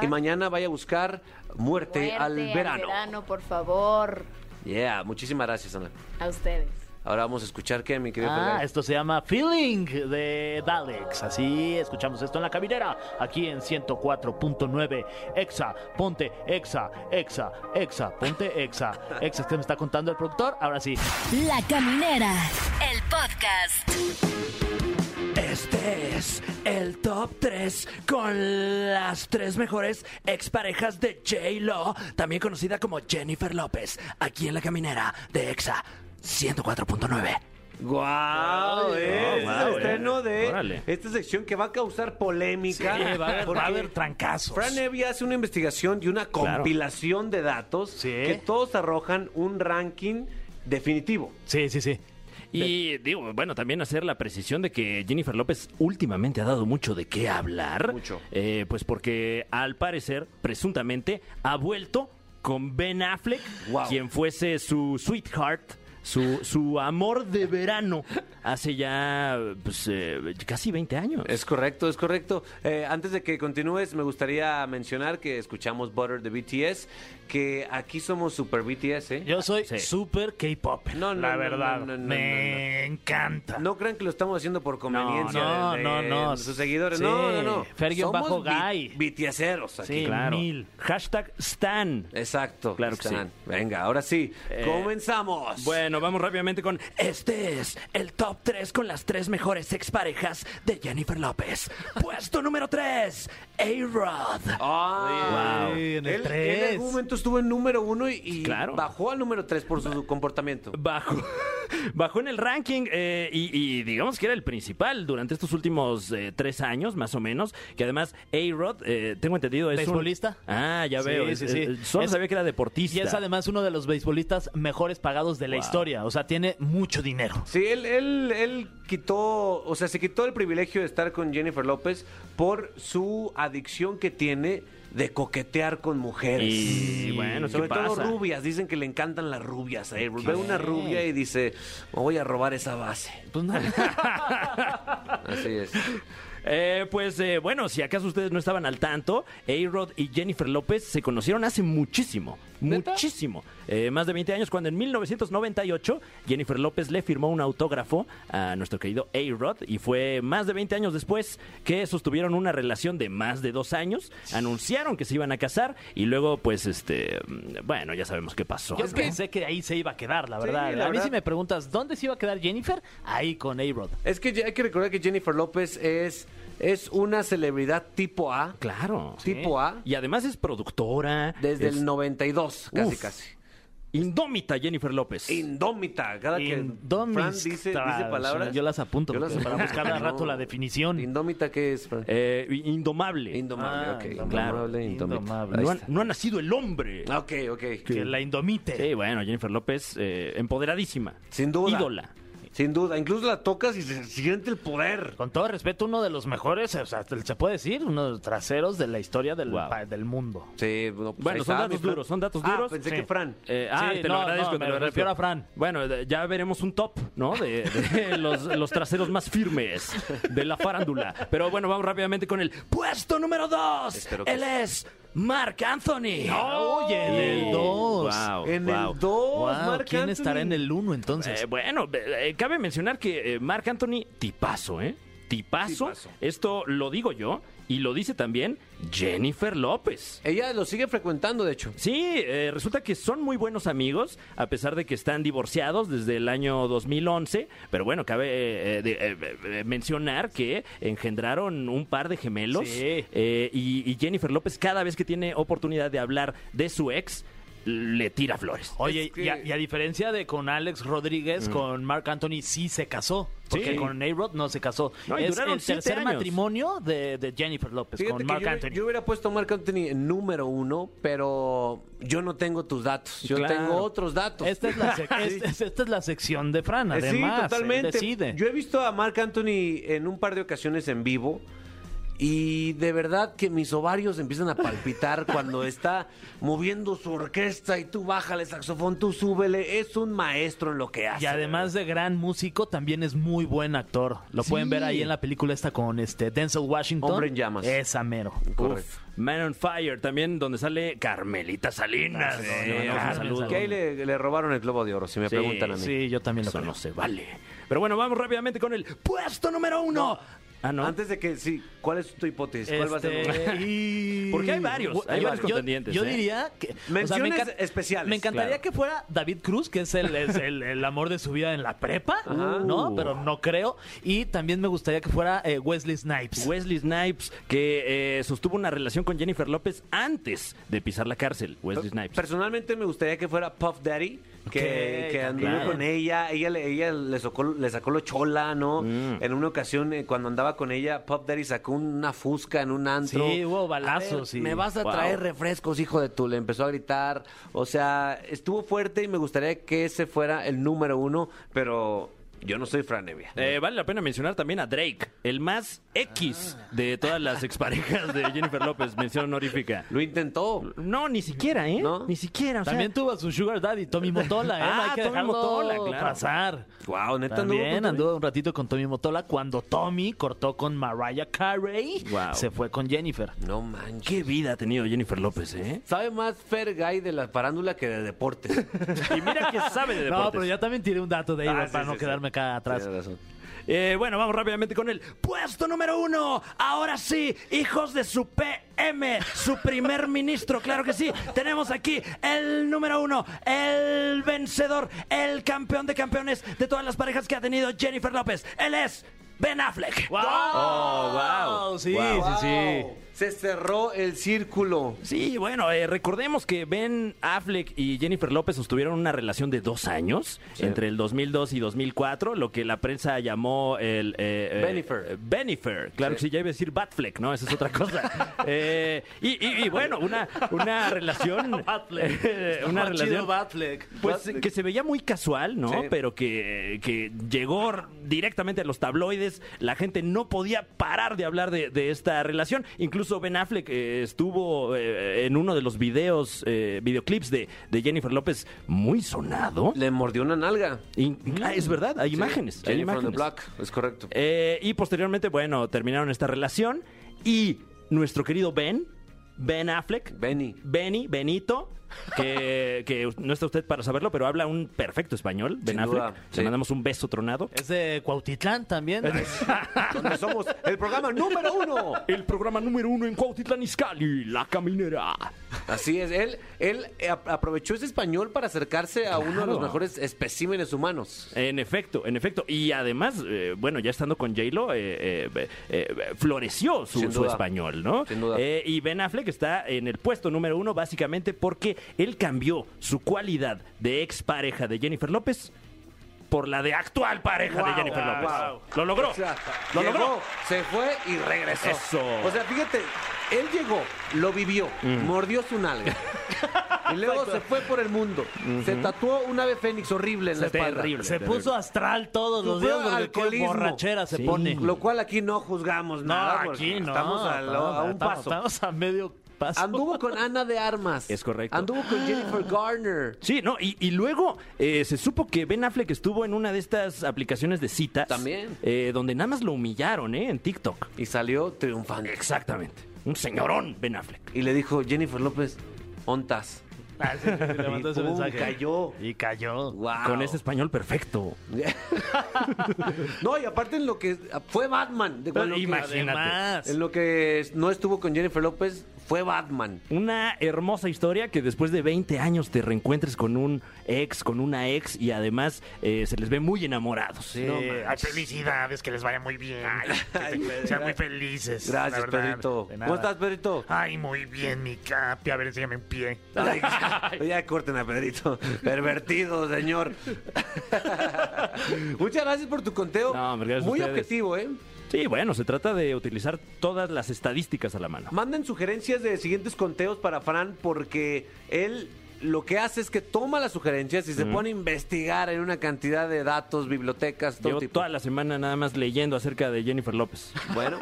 [SPEAKER 2] Y mañana vaya a buscar muerte,
[SPEAKER 8] Ah. Muerte
[SPEAKER 2] al verano.
[SPEAKER 8] verano, por favor.
[SPEAKER 2] Yeah, muchísimas gracias, Ana.
[SPEAKER 8] A ustedes.
[SPEAKER 2] Ahora vamos a escuchar qué, mi querido
[SPEAKER 3] Ah,
[SPEAKER 2] Fergay?
[SPEAKER 3] esto se llama Feeling de Dalex. Así escuchamos esto en la caminera, aquí en 104.9. Exa, ponte, exa, exa, exa, ponte, exa. Exa, es que me está contando el productor. Ahora sí.
[SPEAKER 5] La Caminera, el podcast.
[SPEAKER 4] Este es el top 3 con las tres mejores exparejas de J-Lo, también conocida como Jennifer López, aquí en la caminera de EXA 104.9.
[SPEAKER 2] ¡Guau! eh, este es
[SPEAKER 4] guau,
[SPEAKER 2] el
[SPEAKER 4] eh.
[SPEAKER 2] estreno de
[SPEAKER 4] Órale.
[SPEAKER 2] esta sección que va a causar polémica.
[SPEAKER 3] Sí, va a haber-
[SPEAKER 2] porque
[SPEAKER 3] va a haber trancazos.
[SPEAKER 2] Fran Evia hace una investigación y una compilación de datos
[SPEAKER 3] Sí.
[SPEAKER 2] que todos arrojan un ranking definitivo.
[SPEAKER 3] Sí, sí, sí.
[SPEAKER 4] Y digo, bueno, también hacer la precisión de que Jennifer López últimamente ha dado mucho de qué hablar.
[SPEAKER 2] Mucho.
[SPEAKER 4] Eh, pues porque al parecer, presuntamente, ha vuelto con Ben Affleck,
[SPEAKER 2] Wow.
[SPEAKER 4] quien fuese su sweetheart. Su, su amor de verano hace ya pues, eh, casi 20 años.
[SPEAKER 2] Es correcto, es correcto. Eh, antes de que continúes, me gustaría mencionar que escuchamos Butter de BTS, que aquí somos super BTS, ¿eh?
[SPEAKER 3] Yo soy
[SPEAKER 4] Sí.
[SPEAKER 3] súper K-pop.
[SPEAKER 2] No, no,
[SPEAKER 3] la
[SPEAKER 2] no,
[SPEAKER 3] verdad.
[SPEAKER 2] no, no, no,
[SPEAKER 3] me encanta.
[SPEAKER 2] No crean que lo estamos haciendo por conveniencia
[SPEAKER 3] no,
[SPEAKER 2] de- de
[SPEAKER 3] no, no.
[SPEAKER 2] sus seguidores.
[SPEAKER 3] Sí.
[SPEAKER 2] No, no, no.
[SPEAKER 3] Ferguion
[SPEAKER 2] Somos
[SPEAKER 3] bajo
[SPEAKER 2] bi-
[SPEAKER 3] Guy.
[SPEAKER 2] BTSeros aquí.
[SPEAKER 3] Sí,
[SPEAKER 4] Claro.
[SPEAKER 3] mil.
[SPEAKER 4] Hashtag Stan.
[SPEAKER 2] Exacto.
[SPEAKER 4] Claro que Eh,
[SPEAKER 2] Stan. Venga, ahora sí, comenzamos.
[SPEAKER 4] Bueno, vamos rápidamente con este es el top 3 con las tres mejores exparejas de Jennifer López. Puesto número 3, A-Rod.
[SPEAKER 2] Ah,
[SPEAKER 4] Wow.
[SPEAKER 2] él,
[SPEAKER 3] en el
[SPEAKER 2] él en
[SPEAKER 3] tres.
[SPEAKER 2] algún momento estuvo en número uno y, y
[SPEAKER 4] Claro.
[SPEAKER 2] bajó al número tres por su comportamiento.
[SPEAKER 4] Bajó, bajó en el ranking eh, y, y digamos que era el principal durante estos últimos eh, tres años, más o menos. Que además, A-Rod, eh, tengo entendido, es un-
[SPEAKER 3] Beisbolista.
[SPEAKER 4] Ah, ya
[SPEAKER 3] Sí,
[SPEAKER 4] veo. es-
[SPEAKER 3] sí, sí.
[SPEAKER 4] es- solo
[SPEAKER 3] Es-
[SPEAKER 4] sabía que era deportista.
[SPEAKER 3] Y es además uno de los beisbolistas mejores pagados de la historia. O sea, tiene mucho dinero.
[SPEAKER 2] Sí, él, él, él quitó, o sea, se quitó el privilegio de estar con Jennifer López por su adicción que tiene de coquetear con mujeres.
[SPEAKER 4] Y, bueno, ¿qué
[SPEAKER 2] sobre todo
[SPEAKER 4] pasa?
[SPEAKER 2] rubias, dicen que le encantan las rubias. eh. Ve una rubia y dice, "Me voy a robar esa base.
[SPEAKER 4] Pues no.
[SPEAKER 2] Así es.
[SPEAKER 4] Eh, pues eh, bueno, si acaso ustedes no estaban al tanto, A-Rod y Jennifer López se conocieron hace muchísimo, muchísimo, Eh, más de 20 años, cuando en 1998 Jennifer López le firmó un autógrafo a nuestro querido A-Rod y fue más de 20 años después que sostuvieron una relación de más de dos años, anunciaron que se iban a casar y luego pues este, mm, bueno, ya sabemos qué pasó.
[SPEAKER 3] Yo
[SPEAKER 4] ¿no?
[SPEAKER 3] pensé que ahí se iba a quedar, la verdad.
[SPEAKER 2] Sí, la
[SPEAKER 3] a mí
[SPEAKER 2] verdad.
[SPEAKER 3] si me preguntas, ¿dónde se iba a quedar Jennifer? Ahí con A-Rod.
[SPEAKER 2] Es que ya hay que recordar que Jennifer López es, es una celebridad tipo A.
[SPEAKER 4] Claro.
[SPEAKER 2] Tipo A.
[SPEAKER 4] Y además es productora.
[SPEAKER 2] Desde
[SPEAKER 4] es
[SPEAKER 2] el 92, casi,
[SPEAKER 4] Uf.
[SPEAKER 2] casi.
[SPEAKER 4] Indómita Jennifer López.
[SPEAKER 2] Indómita. Cada que
[SPEAKER 3] Indómita.
[SPEAKER 2] Fran dice, dice palabras.
[SPEAKER 3] Yo las apunto
[SPEAKER 2] yo las
[SPEAKER 3] porque para
[SPEAKER 2] apunto.
[SPEAKER 3] buscar cada
[SPEAKER 2] No.
[SPEAKER 3] rato la definición.
[SPEAKER 2] Indómita, ¿qué es, Fran?
[SPEAKER 4] Eh, indomable.
[SPEAKER 2] Indomable,
[SPEAKER 3] Ah,
[SPEAKER 2] ok.
[SPEAKER 3] indomable.
[SPEAKER 2] Indomable, indomita.
[SPEAKER 3] Indomable.
[SPEAKER 2] Ahí
[SPEAKER 4] no, ha,
[SPEAKER 2] está.
[SPEAKER 4] no ha nacido el hombre.
[SPEAKER 2] Ah, Ok, ok.
[SPEAKER 3] Que la indomite.
[SPEAKER 4] Sí, bueno, Jennifer López, eh, empoderadísima.
[SPEAKER 2] Sin duda.
[SPEAKER 4] Ídola.
[SPEAKER 2] Sin duda. Incluso la tocas y se siente el poder.
[SPEAKER 3] Con todo respeto, uno de los mejores, o sea, se puede decir, uno de los traseros de la historia del,
[SPEAKER 4] Wow.
[SPEAKER 3] pa- del mundo.
[SPEAKER 2] Sí, no, pues
[SPEAKER 4] Bueno,
[SPEAKER 2] ahí
[SPEAKER 4] son
[SPEAKER 2] está,
[SPEAKER 4] datos
[SPEAKER 2] mi Fran.
[SPEAKER 4] duros, son datos
[SPEAKER 2] Ah,
[SPEAKER 4] duros.
[SPEAKER 2] pensé
[SPEAKER 3] Sí.
[SPEAKER 2] que Fran.
[SPEAKER 4] Eh, ah,
[SPEAKER 3] Sí,
[SPEAKER 4] te
[SPEAKER 3] no,
[SPEAKER 4] lo agradezco.
[SPEAKER 3] no,
[SPEAKER 4] te
[SPEAKER 3] me
[SPEAKER 4] lo agradezco.
[SPEAKER 3] refiero a Fran.
[SPEAKER 4] Bueno, de- ya veremos un top, ¿no? De, de los, los traseros más firmes de la farándula. Pero bueno, vamos rápidamente con el puesto número dos.
[SPEAKER 2] Espero que
[SPEAKER 4] Él
[SPEAKER 2] sí.
[SPEAKER 4] es Mark Anthony.
[SPEAKER 3] Oye, en el dos.
[SPEAKER 4] Wow,
[SPEAKER 2] en
[SPEAKER 4] wow.
[SPEAKER 2] el 2,
[SPEAKER 3] Wow, ¿Quién estará en el 1
[SPEAKER 4] Eh,
[SPEAKER 3] entonces?
[SPEAKER 4] bueno, eh, cabe mencionar que Mark Anthony, tipazo, ¿eh? Tipazo.
[SPEAKER 2] Tipazo.
[SPEAKER 4] Esto lo digo yo y lo dice también Jennifer López.
[SPEAKER 2] Ella lo sigue frecuentando, de hecho.
[SPEAKER 4] Sí, eh, resulta que son muy buenos amigos, a pesar de que están divorciados desde el año 2011. Pero bueno, cabe eh, de- eh, eh, mencionar que engendraron un par de gemelos.
[SPEAKER 3] Sí.
[SPEAKER 4] eh, y, y Jennifer López, cada vez que tiene oportunidad de hablar de su ex, le tira flores.
[SPEAKER 3] Oye,
[SPEAKER 2] es que-
[SPEAKER 3] y, a, y a diferencia de con Alex Rodríguez, con Mark Anthony sí se casó. Porque
[SPEAKER 4] Mm. Sí.
[SPEAKER 3] con A-Rod no se casó.
[SPEAKER 4] No, y
[SPEAKER 3] es
[SPEAKER 4] duraron
[SPEAKER 3] el
[SPEAKER 4] siete
[SPEAKER 3] tercer
[SPEAKER 4] años.
[SPEAKER 3] matrimonio de, de Jennifer López
[SPEAKER 2] Fíjate
[SPEAKER 3] con
[SPEAKER 2] que
[SPEAKER 3] Mark
[SPEAKER 2] yo,
[SPEAKER 3] Anthony.
[SPEAKER 2] yo hubiera puesto Mark Anthony en número uno, pero yo no tengo tus datos. Yo
[SPEAKER 4] Claro.
[SPEAKER 2] tengo otros datos.
[SPEAKER 3] Esta es, la sec- esta- esta es la sección de Fran,
[SPEAKER 2] Eh,
[SPEAKER 3] además.
[SPEAKER 2] sí,
[SPEAKER 3] él
[SPEAKER 2] totalmente.
[SPEAKER 3] decide.
[SPEAKER 2] Yo he visto a Mark Anthony en un par de ocasiones en vivo. Y de verdad que mis ovarios empiezan a palpitar cuando está moviendo su orquesta y tú bájale saxofón, tú súbele. Es un maestro en lo que hace.
[SPEAKER 3] Y además de gran músico, también es muy buen actor. Lo pueden ver ahí en la película esta con este Denzel Washington.
[SPEAKER 2] Hombre en llamas.
[SPEAKER 3] Esa mero.
[SPEAKER 2] Correcto.
[SPEAKER 4] Man on Fire, también donde sale Carmelita Salinas.
[SPEAKER 3] Ah, no, no,
[SPEAKER 4] Eh,
[SPEAKER 3] no,
[SPEAKER 4] un
[SPEAKER 3] Carmen
[SPEAKER 4] saludo.
[SPEAKER 2] Que ahí le, le robaron el globo de oro, si me
[SPEAKER 4] Sí,
[SPEAKER 2] preguntan a mí.
[SPEAKER 3] Sí, yo también lo
[SPEAKER 4] Eso
[SPEAKER 3] creo.
[SPEAKER 4] no se vale. Pero bueno, vamos rápidamente con el puesto número uno. Ah, no.
[SPEAKER 2] Antes de que, sí, ¿cuál es tu hipótesis? ¿Cuál va a ser? tu-
[SPEAKER 3] Este, y-
[SPEAKER 4] Porque hay varios,
[SPEAKER 3] Bu-
[SPEAKER 4] hay
[SPEAKER 3] yo-
[SPEAKER 4] varios
[SPEAKER 3] yo-
[SPEAKER 4] contendientes,
[SPEAKER 3] Yo
[SPEAKER 4] ¿eh?
[SPEAKER 3] diría que. o sea,
[SPEAKER 2] Menciones
[SPEAKER 3] encan-
[SPEAKER 2] especiales,
[SPEAKER 3] Me encantaría
[SPEAKER 2] claro.
[SPEAKER 3] que fuera David Cruz, que es el, es el, el amor de su vida en la prepa,
[SPEAKER 2] Ah.
[SPEAKER 4] Uh.
[SPEAKER 3] ¿no? Pero no creo. Y también me gustaría que fuera eh, Wesley Snipes.
[SPEAKER 4] Wesley Snipes, que eh, sostuvo una relación con Jennifer López antes de pisar la cárcel. Wesley Snipes.
[SPEAKER 2] Personalmente me gustaría que fuera Puff Daddy, que,
[SPEAKER 3] Ok,
[SPEAKER 2] que anduvo
[SPEAKER 4] claro.
[SPEAKER 2] con ella, ella, le, ella le, sacó, le sacó lo chola, ¿no?
[SPEAKER 3] Mm.
[SPEAKER 2] En una ocasión, eh, cuando andaba con ella, Puff Daddy sacó una fusca en un antro.
[SPEAKER 3] Sí, hubo
[SPEAKER 2] A
[SPEAKER 3] balazos y-
[SPEAKER 2] Me vas a
[SPEAKER 4] Wow.
[SPEAKER 2] traer refrescos, hijo de tú, le empezó a gritar. O sea, estuvo fuerte y me gustaría que ese fuera el número uno, pero yo no soy Franevia.
[SPEAKER 4] Eh, vale la pena mencionar también a Drake, el más X de todas las exparejas de Jennifer López, mención honorífica.
[SPEAKER 2] Lo intentó.
[SPEAKER 4] No, ni siquiera, ¿eh?
[SPEAKER 2] ¿No?
[SPEAKER 4] Ni siquiera. o sea-
[SPEAKER 3] También tuvo a su Sugar Daddy, Tommy Motola, ¿eh?
[SPEAKER 4] Ah,
[SPEAKER 3] Hay que
[SPEAKER 4] Tommy
[SPEAKER 3] dejarlo
[SPEAKER 4] Motola, claro.
[SPEAKER 3] pasar.
[SPEAKER 2] Wow, neta
[SPEAKER 3] También
[SPEAKER 2] anduvo con-
[SPEAKER 3] anduvo un ratito con Tommy Motola cuando Tommy cortó con Mariah Carey.
[SPEAKER 4] Wow.
[SPEAKER 3] Se fue con Jennifer.
[SPEAKER 2] No manches.
[SPEAKER 4] Qué vida ha tenido Jennifer López, ¿eh?
[SPEAKER 2] Sabe más Fergay de la farándula que de deportes.
[SPEAKER 4] Y mira que sabe de deportes.
[SPEAKER 3] No, pero ya también tiré un dato de ahí
[SPEAKER 2] Ah, sí,
[SPEAKER 3] para
[SPEAKER 2] sí,
[SPEAKER 3] no
[SPEAKER 2] sí.
[SPEAKER 3] quedarme acá atrás.
[SPEAKER 2] Tienes razón.
[SPEAKER 4] Eh, bueno, vamos rápidamente con el puesto número uno. Ahora sí, hijos de su PM, su primer ministro, claro que sí. Tenemos aquí el número uno, el vencedor, el campeón de campeones de todas las parejas que ha tenido Jennifer López. Él es Ben Affleck.
[SPEAKER 3] ¡Wow!
[SPEAKER 4] Oh, wow.
[SPEAKER 3] Sí, sí, sí.
[SPEAKER 2] Se cerró el círculo.
[SPEAKER 4] Sí, bueno, eh, recordemos que Ben Affleck y Jennifer López sostuvieron una relación de dos años entre el 2002 y 2004, lo que la prensa llamó el... eh, eh,
[SPEAKER 2] Bennifer.
[SPEAKER 4] Bennifer, claro que
[SPEAKER 2] Sí.
[SPEAKER 4] sí, ya iba a decir Batfleck, ¿no? Esa es otra cosa. Eh, y, y- y bueno, una, una relación... eh, una relación... Pues
[SPEAKER 2] Batfleck.
[SPEAKER 4] que se veía muy casual, ¿no?
[SPEAKER 2] Sí.
[SPEAKER 4] Pero que, que llegó directamente a los tabloides. La gente no podía parar de hablar de, de esta relación. Incluso Ben Affleck eh, estuvo eh, en uno de los videos, eh, videoclips de, de Jennifer López muy sonado.
[SPEAKER 2] Le mordió una nalga.
[SPEAKER 4] Y- ah, es verdad, hay imágenes. hay
[SPEAKER 2] Jennifer on the
[SPEAKER 4] imágenes.
[SPEAKER 2] Block, es correcto.
[SPEAKER 4] Eh, y posteriormente, bueno, terminaron esta relación. Y nuestro querido Ben, Ben Affleck,
[SPEAKER 2] Benny.
[SPEAKER 4] Benny, Benito, que, que no está usted para saberlo, pero habla un perfecto español, Ben
[SPEAKER 2] Sin
[SPEAKER 4] Affleck.
[SPEAKER 2] duda,
[SPEAKER 4] Le
[SPEAKER 2] sí.
[SPEAKER 4] mandamos un beso tronado.
[SPEAKER 3] Es de Cuautitlán también.
[SPEAKER 2] Eh, Donde somos el programa número uno.
[SPEAKER 4] El programa número uno en Cuautitlán Izcalli, La Caminera.
[SPEAKER 2] Así es, él, él eh, ap- aprovechó ese español para acercarse a uno de los
[SPEAKER 4] Claro.
[SPEAKER 2] mejores especímenes humanos.
[SPEAKER 4] En efecto, en efecto. Y además, eh, bueno, ya estando con J-Lo, eh, eh, eh, floreció su,
[SPEAKER 2] Sin
[SPEAKER 4] su
[SPEAKER 2] duda.
[SPEAKER 4] español, ¿no?
[SPEAKER 2] Sin duda.
[SPEAKER 4] Eh, y Ben Affleck está en el puesto número uno básicamente porque él cambió su cualidad de expareja de Jennifer López por la de actual pareja de Jennifer López. Lo logró.
[SPEAKER 2] O sea,
[SPEAKER 4] lo
[SPEAKER 2] llegó,
[SPEAKER 4] logró.
[SPEAKER 2] se fue y regresó.
[SPEAKER 4] Eso.
[SPEAKER 2] O sea, fíjate, él llegó, lo vivió,
[SPEAKER 4] Mm.
[SPEAKER 2] mordió su nalga. Y luego se fue por el mundo. Se tatuó un ave fénix horrible en la espalda.
[SPEAKER 4] Terrible.
[SPEAKER 3] Se puso astral todos los días
[SPEAKER 2] Sufrió
[SPEAKER 3] porque qué
[SPEAKER 2] alcoholismo.
[SPEAKER 3] borrachera se
[SPEAKER 4] Sí.
[SPEAKER 3] pone.
[SPEAKER 2] Lo cual aquí no juzgamos
[SPEAKER 3] No,
[SPEAKER 2] nada. porque
[SPEAKER 3] aquí no.
[SPEAKER 2] Estamos a, lo- a un
[SPEAKER 3] Estamos-
[SPEAKER 2] paso.
[SPEAKER 3] Estamos a medio paso.
[SPEAKER 2] Anduvo con Ana de Armas.
[SPEAKER 4] Es correcto.
[SPEAKER 2] Anduvo con Jennifer Garner.
[SPEAKER 4] Sí, no, y, y luego eh, se supo que Ben Affleck estuvo en una de estas aplicaciones de citas.
[SPEAKER 2] También.
[SPEAKER 4] eh, donde nada más lo humillaron, ¿eh? En TikTok.
[SPEAKER 2] Y salió triunfante.
[SPEAKER 4] Exactamente. Un señorón, Ben Affleck.
[SPEAKER 2] Y le dijo Jennifer López, ontas.
[SPEAKER 3] Ah, sí, sí, le mandó ese
[SPEAKER 2] pum,
[SPEAKER 3] mensaje.
[SPEAKER 2] cayó.
[SPEAKER 3] Y cayó.
[SPEAKER 2] Wow.
[SPEAKER 4] Con ese español perfecto.
[SPEAKER 2] no, y aparte en lo que fue Batman. De cuando que-
[SPEAKER 3] Imagínate.
[SPEAKER 2] en lo que no estuvo con Jennifer López, fue Batman.
[SPEAKER 4] Una hermosa historia que después de 20 años te reencuentres con un ex, con una ex y además eh, se les ve muy enamorados. No
[SPEAKER 3] Eh,
[SPEAKER 4] manches.
[SPEAKER 9] Ay, felicidades, que les vaya muy bien. que sean muy felices. la
[SPEAKER 2] Gracias,
[SPEAKER 9] verdad.
[SPEAKER 2] Pedrito.
[SPEAKER 3] de nada.
[SPEAKER 2] ¿Cómo estás, Pedrito?
[SPEAKER 9] Ay, muy bien, mi capi. A ver, enséñame un pie.
[SPEAKER 2] Ay, ya corten a Pedrito. Pervertido, señor. Muchas gracias por tu conteo.
[SPEAKER 4] No, hombre, gracias a
[SPEAKER 2] Muy
[SPEAKER 4] ustedes.
[SPEAKER 2] objetivo, ¿eh?
[SPEAKER 4] Sí, bueno, se trata de utilizar todas las estadísticas a la mano.
[SPEAKER 2] Manden sugerencias de siguientes conteos para Fran porque él lo que hace es que toma las sugerencias y se pone a investigar en una cantidad de datos, bibliotecas, todo
[SPEAKER 4] Llevo
[SPEAKER 2] tipo.
[SPEAKER 4] toda la semana nada más leyendo acerca de Jennifer López.
[SPEAKER 2] Bueno,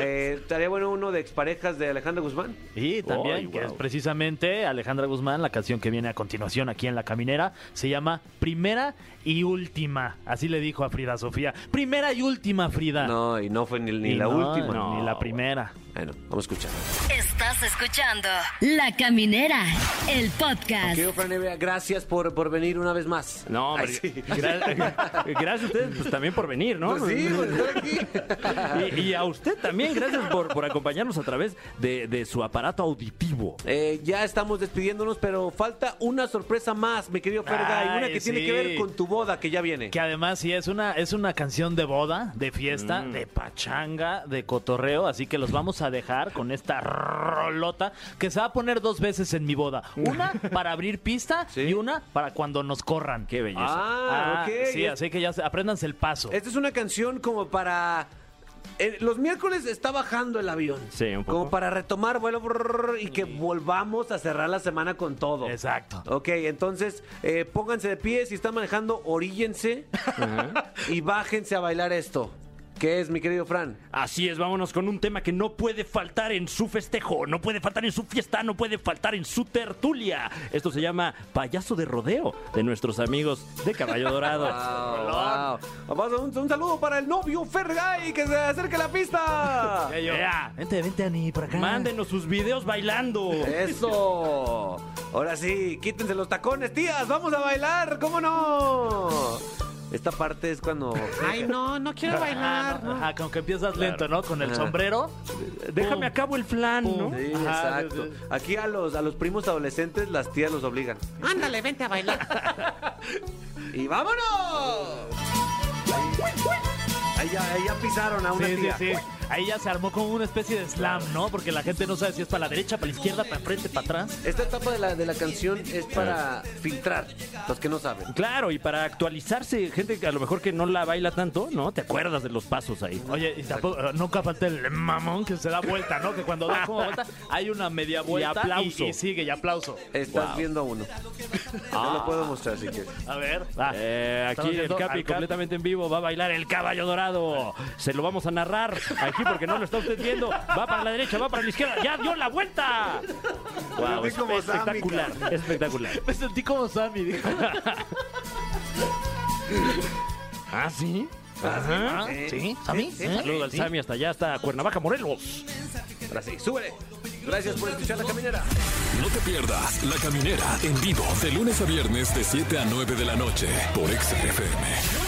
[SPEAKER 2] eh, estaría bueno uno de exparejas de Alejandra Guzmán.
[SPEAKER 3] Y también,
[SPEAKER 4] Ay,
[SPEAKER 3] que
[SPEAKER 4] wow.
[SPEAKER 3] es precisamente Alejandra Guzmán, la canción que viene a continuación aquí en La Caminera, se llama Primera y Última. Así le dijo a Frida Sofía. Primera y última,
[SPEAKER 4] Ah.
[SPEAKER 3] Frida.
[SPEAKER 2] No, y no fue ni, ni
[SPEAKER 3] Y
[SPEAKER 2] la
[SPEAKER 3] no,
[SPEAKER 2] última.
[SPEAKER 3] Ni la primera.
[SPEAKER 2] Bueno, vamos a escuchar.
[SPEAKER 5] Estás escuchando La Caminera, el podcast.
[SPEAKER 2] Querido Fran Evia, gracias por, por venir una vez más.
[SPEAKER 4] No,
[SPEAKER 2] Ay,
[SPEAKER 4] hombre,
[SPEAKER 2] sí.
[SPEAKER 4] gra- gracias a ustedes pues, también por venir, ¿no?
[SPEAKER 2] Pues sí, por estar aquí.
[SPEAKER 4] Y, y a usted también, gracias por, por acompañarnos a través de, de su aparato auditivo.
[SPEAKER 2] Eh, ya estamos despidiéndonos, pero falta una sorpresa más, mi querido Fergay. Una
[SPEAKER 3] Ay,
[SPEAKER 2] que tiene
[SPEAKER 3] sí.
[SPEAKER 2] que ver con tu boda que ya viene.
[SPEAKER 3] Que además sí es una, es una canción de boda, de fiesta,
[SPEAKER 2] Mm.
[SPEAKER 3] de pachanga, de cotorreo, así que los vamos a dejar con esta rolota que se va a poner dos veces en mi boda. Una para abrir pista
[SPEAKER 2] Mm. Sí.
[SPEAKER 3] y una para cuando nos corran.
[SPEAKER 4] Qué belleza.
[SPEAKER 2] Ah, ok.
[SPEAKER 3] Sí,
[SPEAKER 2] Es-
[SPEAKER 3] así que ya se- apréndanse el paso.
[SPEAKER 2] Esta es una canción como para. eh, los miércoles está bajando el avión.
[SPEAKER 4] Sí, un poco.
[SPEAKER 2] Como para retomar vuelo brrr, y que volvamos a cerrar la semana con todo.
[SPEAKER 3] Exacto.
[SPEAKER 2] Ok, entonces eh, pónganse de pie. Si están manejando, oríllense y bájense a bailar esto. ¿Qué es, mi querido Fran?
[SPEAKER 4] Así es, vámonos con un tema que no puede faltar en su festejo, no puede faltar en su fiesta, no puede faltar en su tertulia. Esto se llama Payaso de Rodeo de nuestros amigos de Caballo
[SPEAKER 2] Wow,
[SPEAKER 4] Dorado.
[SPEAKER 2] wow. Vamos a un, un saludo para el novio Fergay que se acerque a la pista.
[SPEAKER 4] Ea,
[SPEAKER 3] Ah, Vente, vente, Ani, por acá.
[SPEAKER 4] Mándenos sus videos bailando.
[SPEAKER 2] Eh. Eso. Ahora sí, quítense los tacones, tías. Vamos a bailar, ¿cómo no? Esta parte es cuando. Ay, no, no quiero
[SPEAKER 3] Ajá, Ah. no, ajá, con que empiezas lento, ¿no? Con el sombrero.
[SPEAKER 4] Déjame a cabo el flan, ¿no?
[SPEAKER 2] Sí,
[SPEAKER 3] Ajá,
[SPEAKER 2] exacto. Aquí a los, a los primos adolescentes las tías los obligan. Ándale, vente a bailar. y vámonos. Ahí ya, ahí ya pisaron a una
[SPEAKER 3] Sí, sí,
[SPEAKER 2] tía.
[SPEAKER 3] sí. ahí ya se armó como una especie de slam, ¿no? Porque la gente no sabe si es para la derecha, para la izquierda, para frente, para atrás.
[SPEAKER 2] Esta etapa de la, de la canción es para filtrar los que no saben.
[SPEAKER 4] Claro, y para actualizarse, gente que a lo mejor que no la baila tanto, ¿no? Te acuerdas de los pasos ahí.
[SPEAKER 3] Oye, y tampoco, eh, nunca falta el mamón que se da vuelta, ¿no? Que cuando da como vuelta, hay una media vuelta
[SPEAKER 4] aplauso.
[SPEAKER 3] y sigue, y aplauso.
[SPEAKER 2] Estás viendo a uno. No lo puedo mostrar si quieres.
[SPEAKER 3] A ver.
[SPEAKER 4] Ah, eh, aquí el
[SPEAKER 3] viendo al
[SPEAKER 4] Capi
[SPEAKER 3] Capi.
[SPEAKER 4] completamente en vivo va a bailar el caballo dorado. Se lo vamos a narrar aquí porque no lo está usted viendo. Va para la derecha, va para la izquierda. ¡Ya dio la vuelta! Wow, es espectacular, espectacular.
[SPEAKER 3] Me sentí como Sammy, dijo.
[SPEAKER 4] ¿Ah, sí? Ajá.
[SPEAKER 3] ¿Sí? ¿Sammy? ¿Eh?
[SPEAKER 4] Saludo al Sami hasta allá, hasta Cuernavaca, Morelos.
[SPEAKER 2] Ahora sí, súbele. Gracias por escuchar La Caminera.
[SPEAKER 1] No te pierdas La Caminera en vivo de lunes a viernes de 7 a 9 de la noche por Exa FM.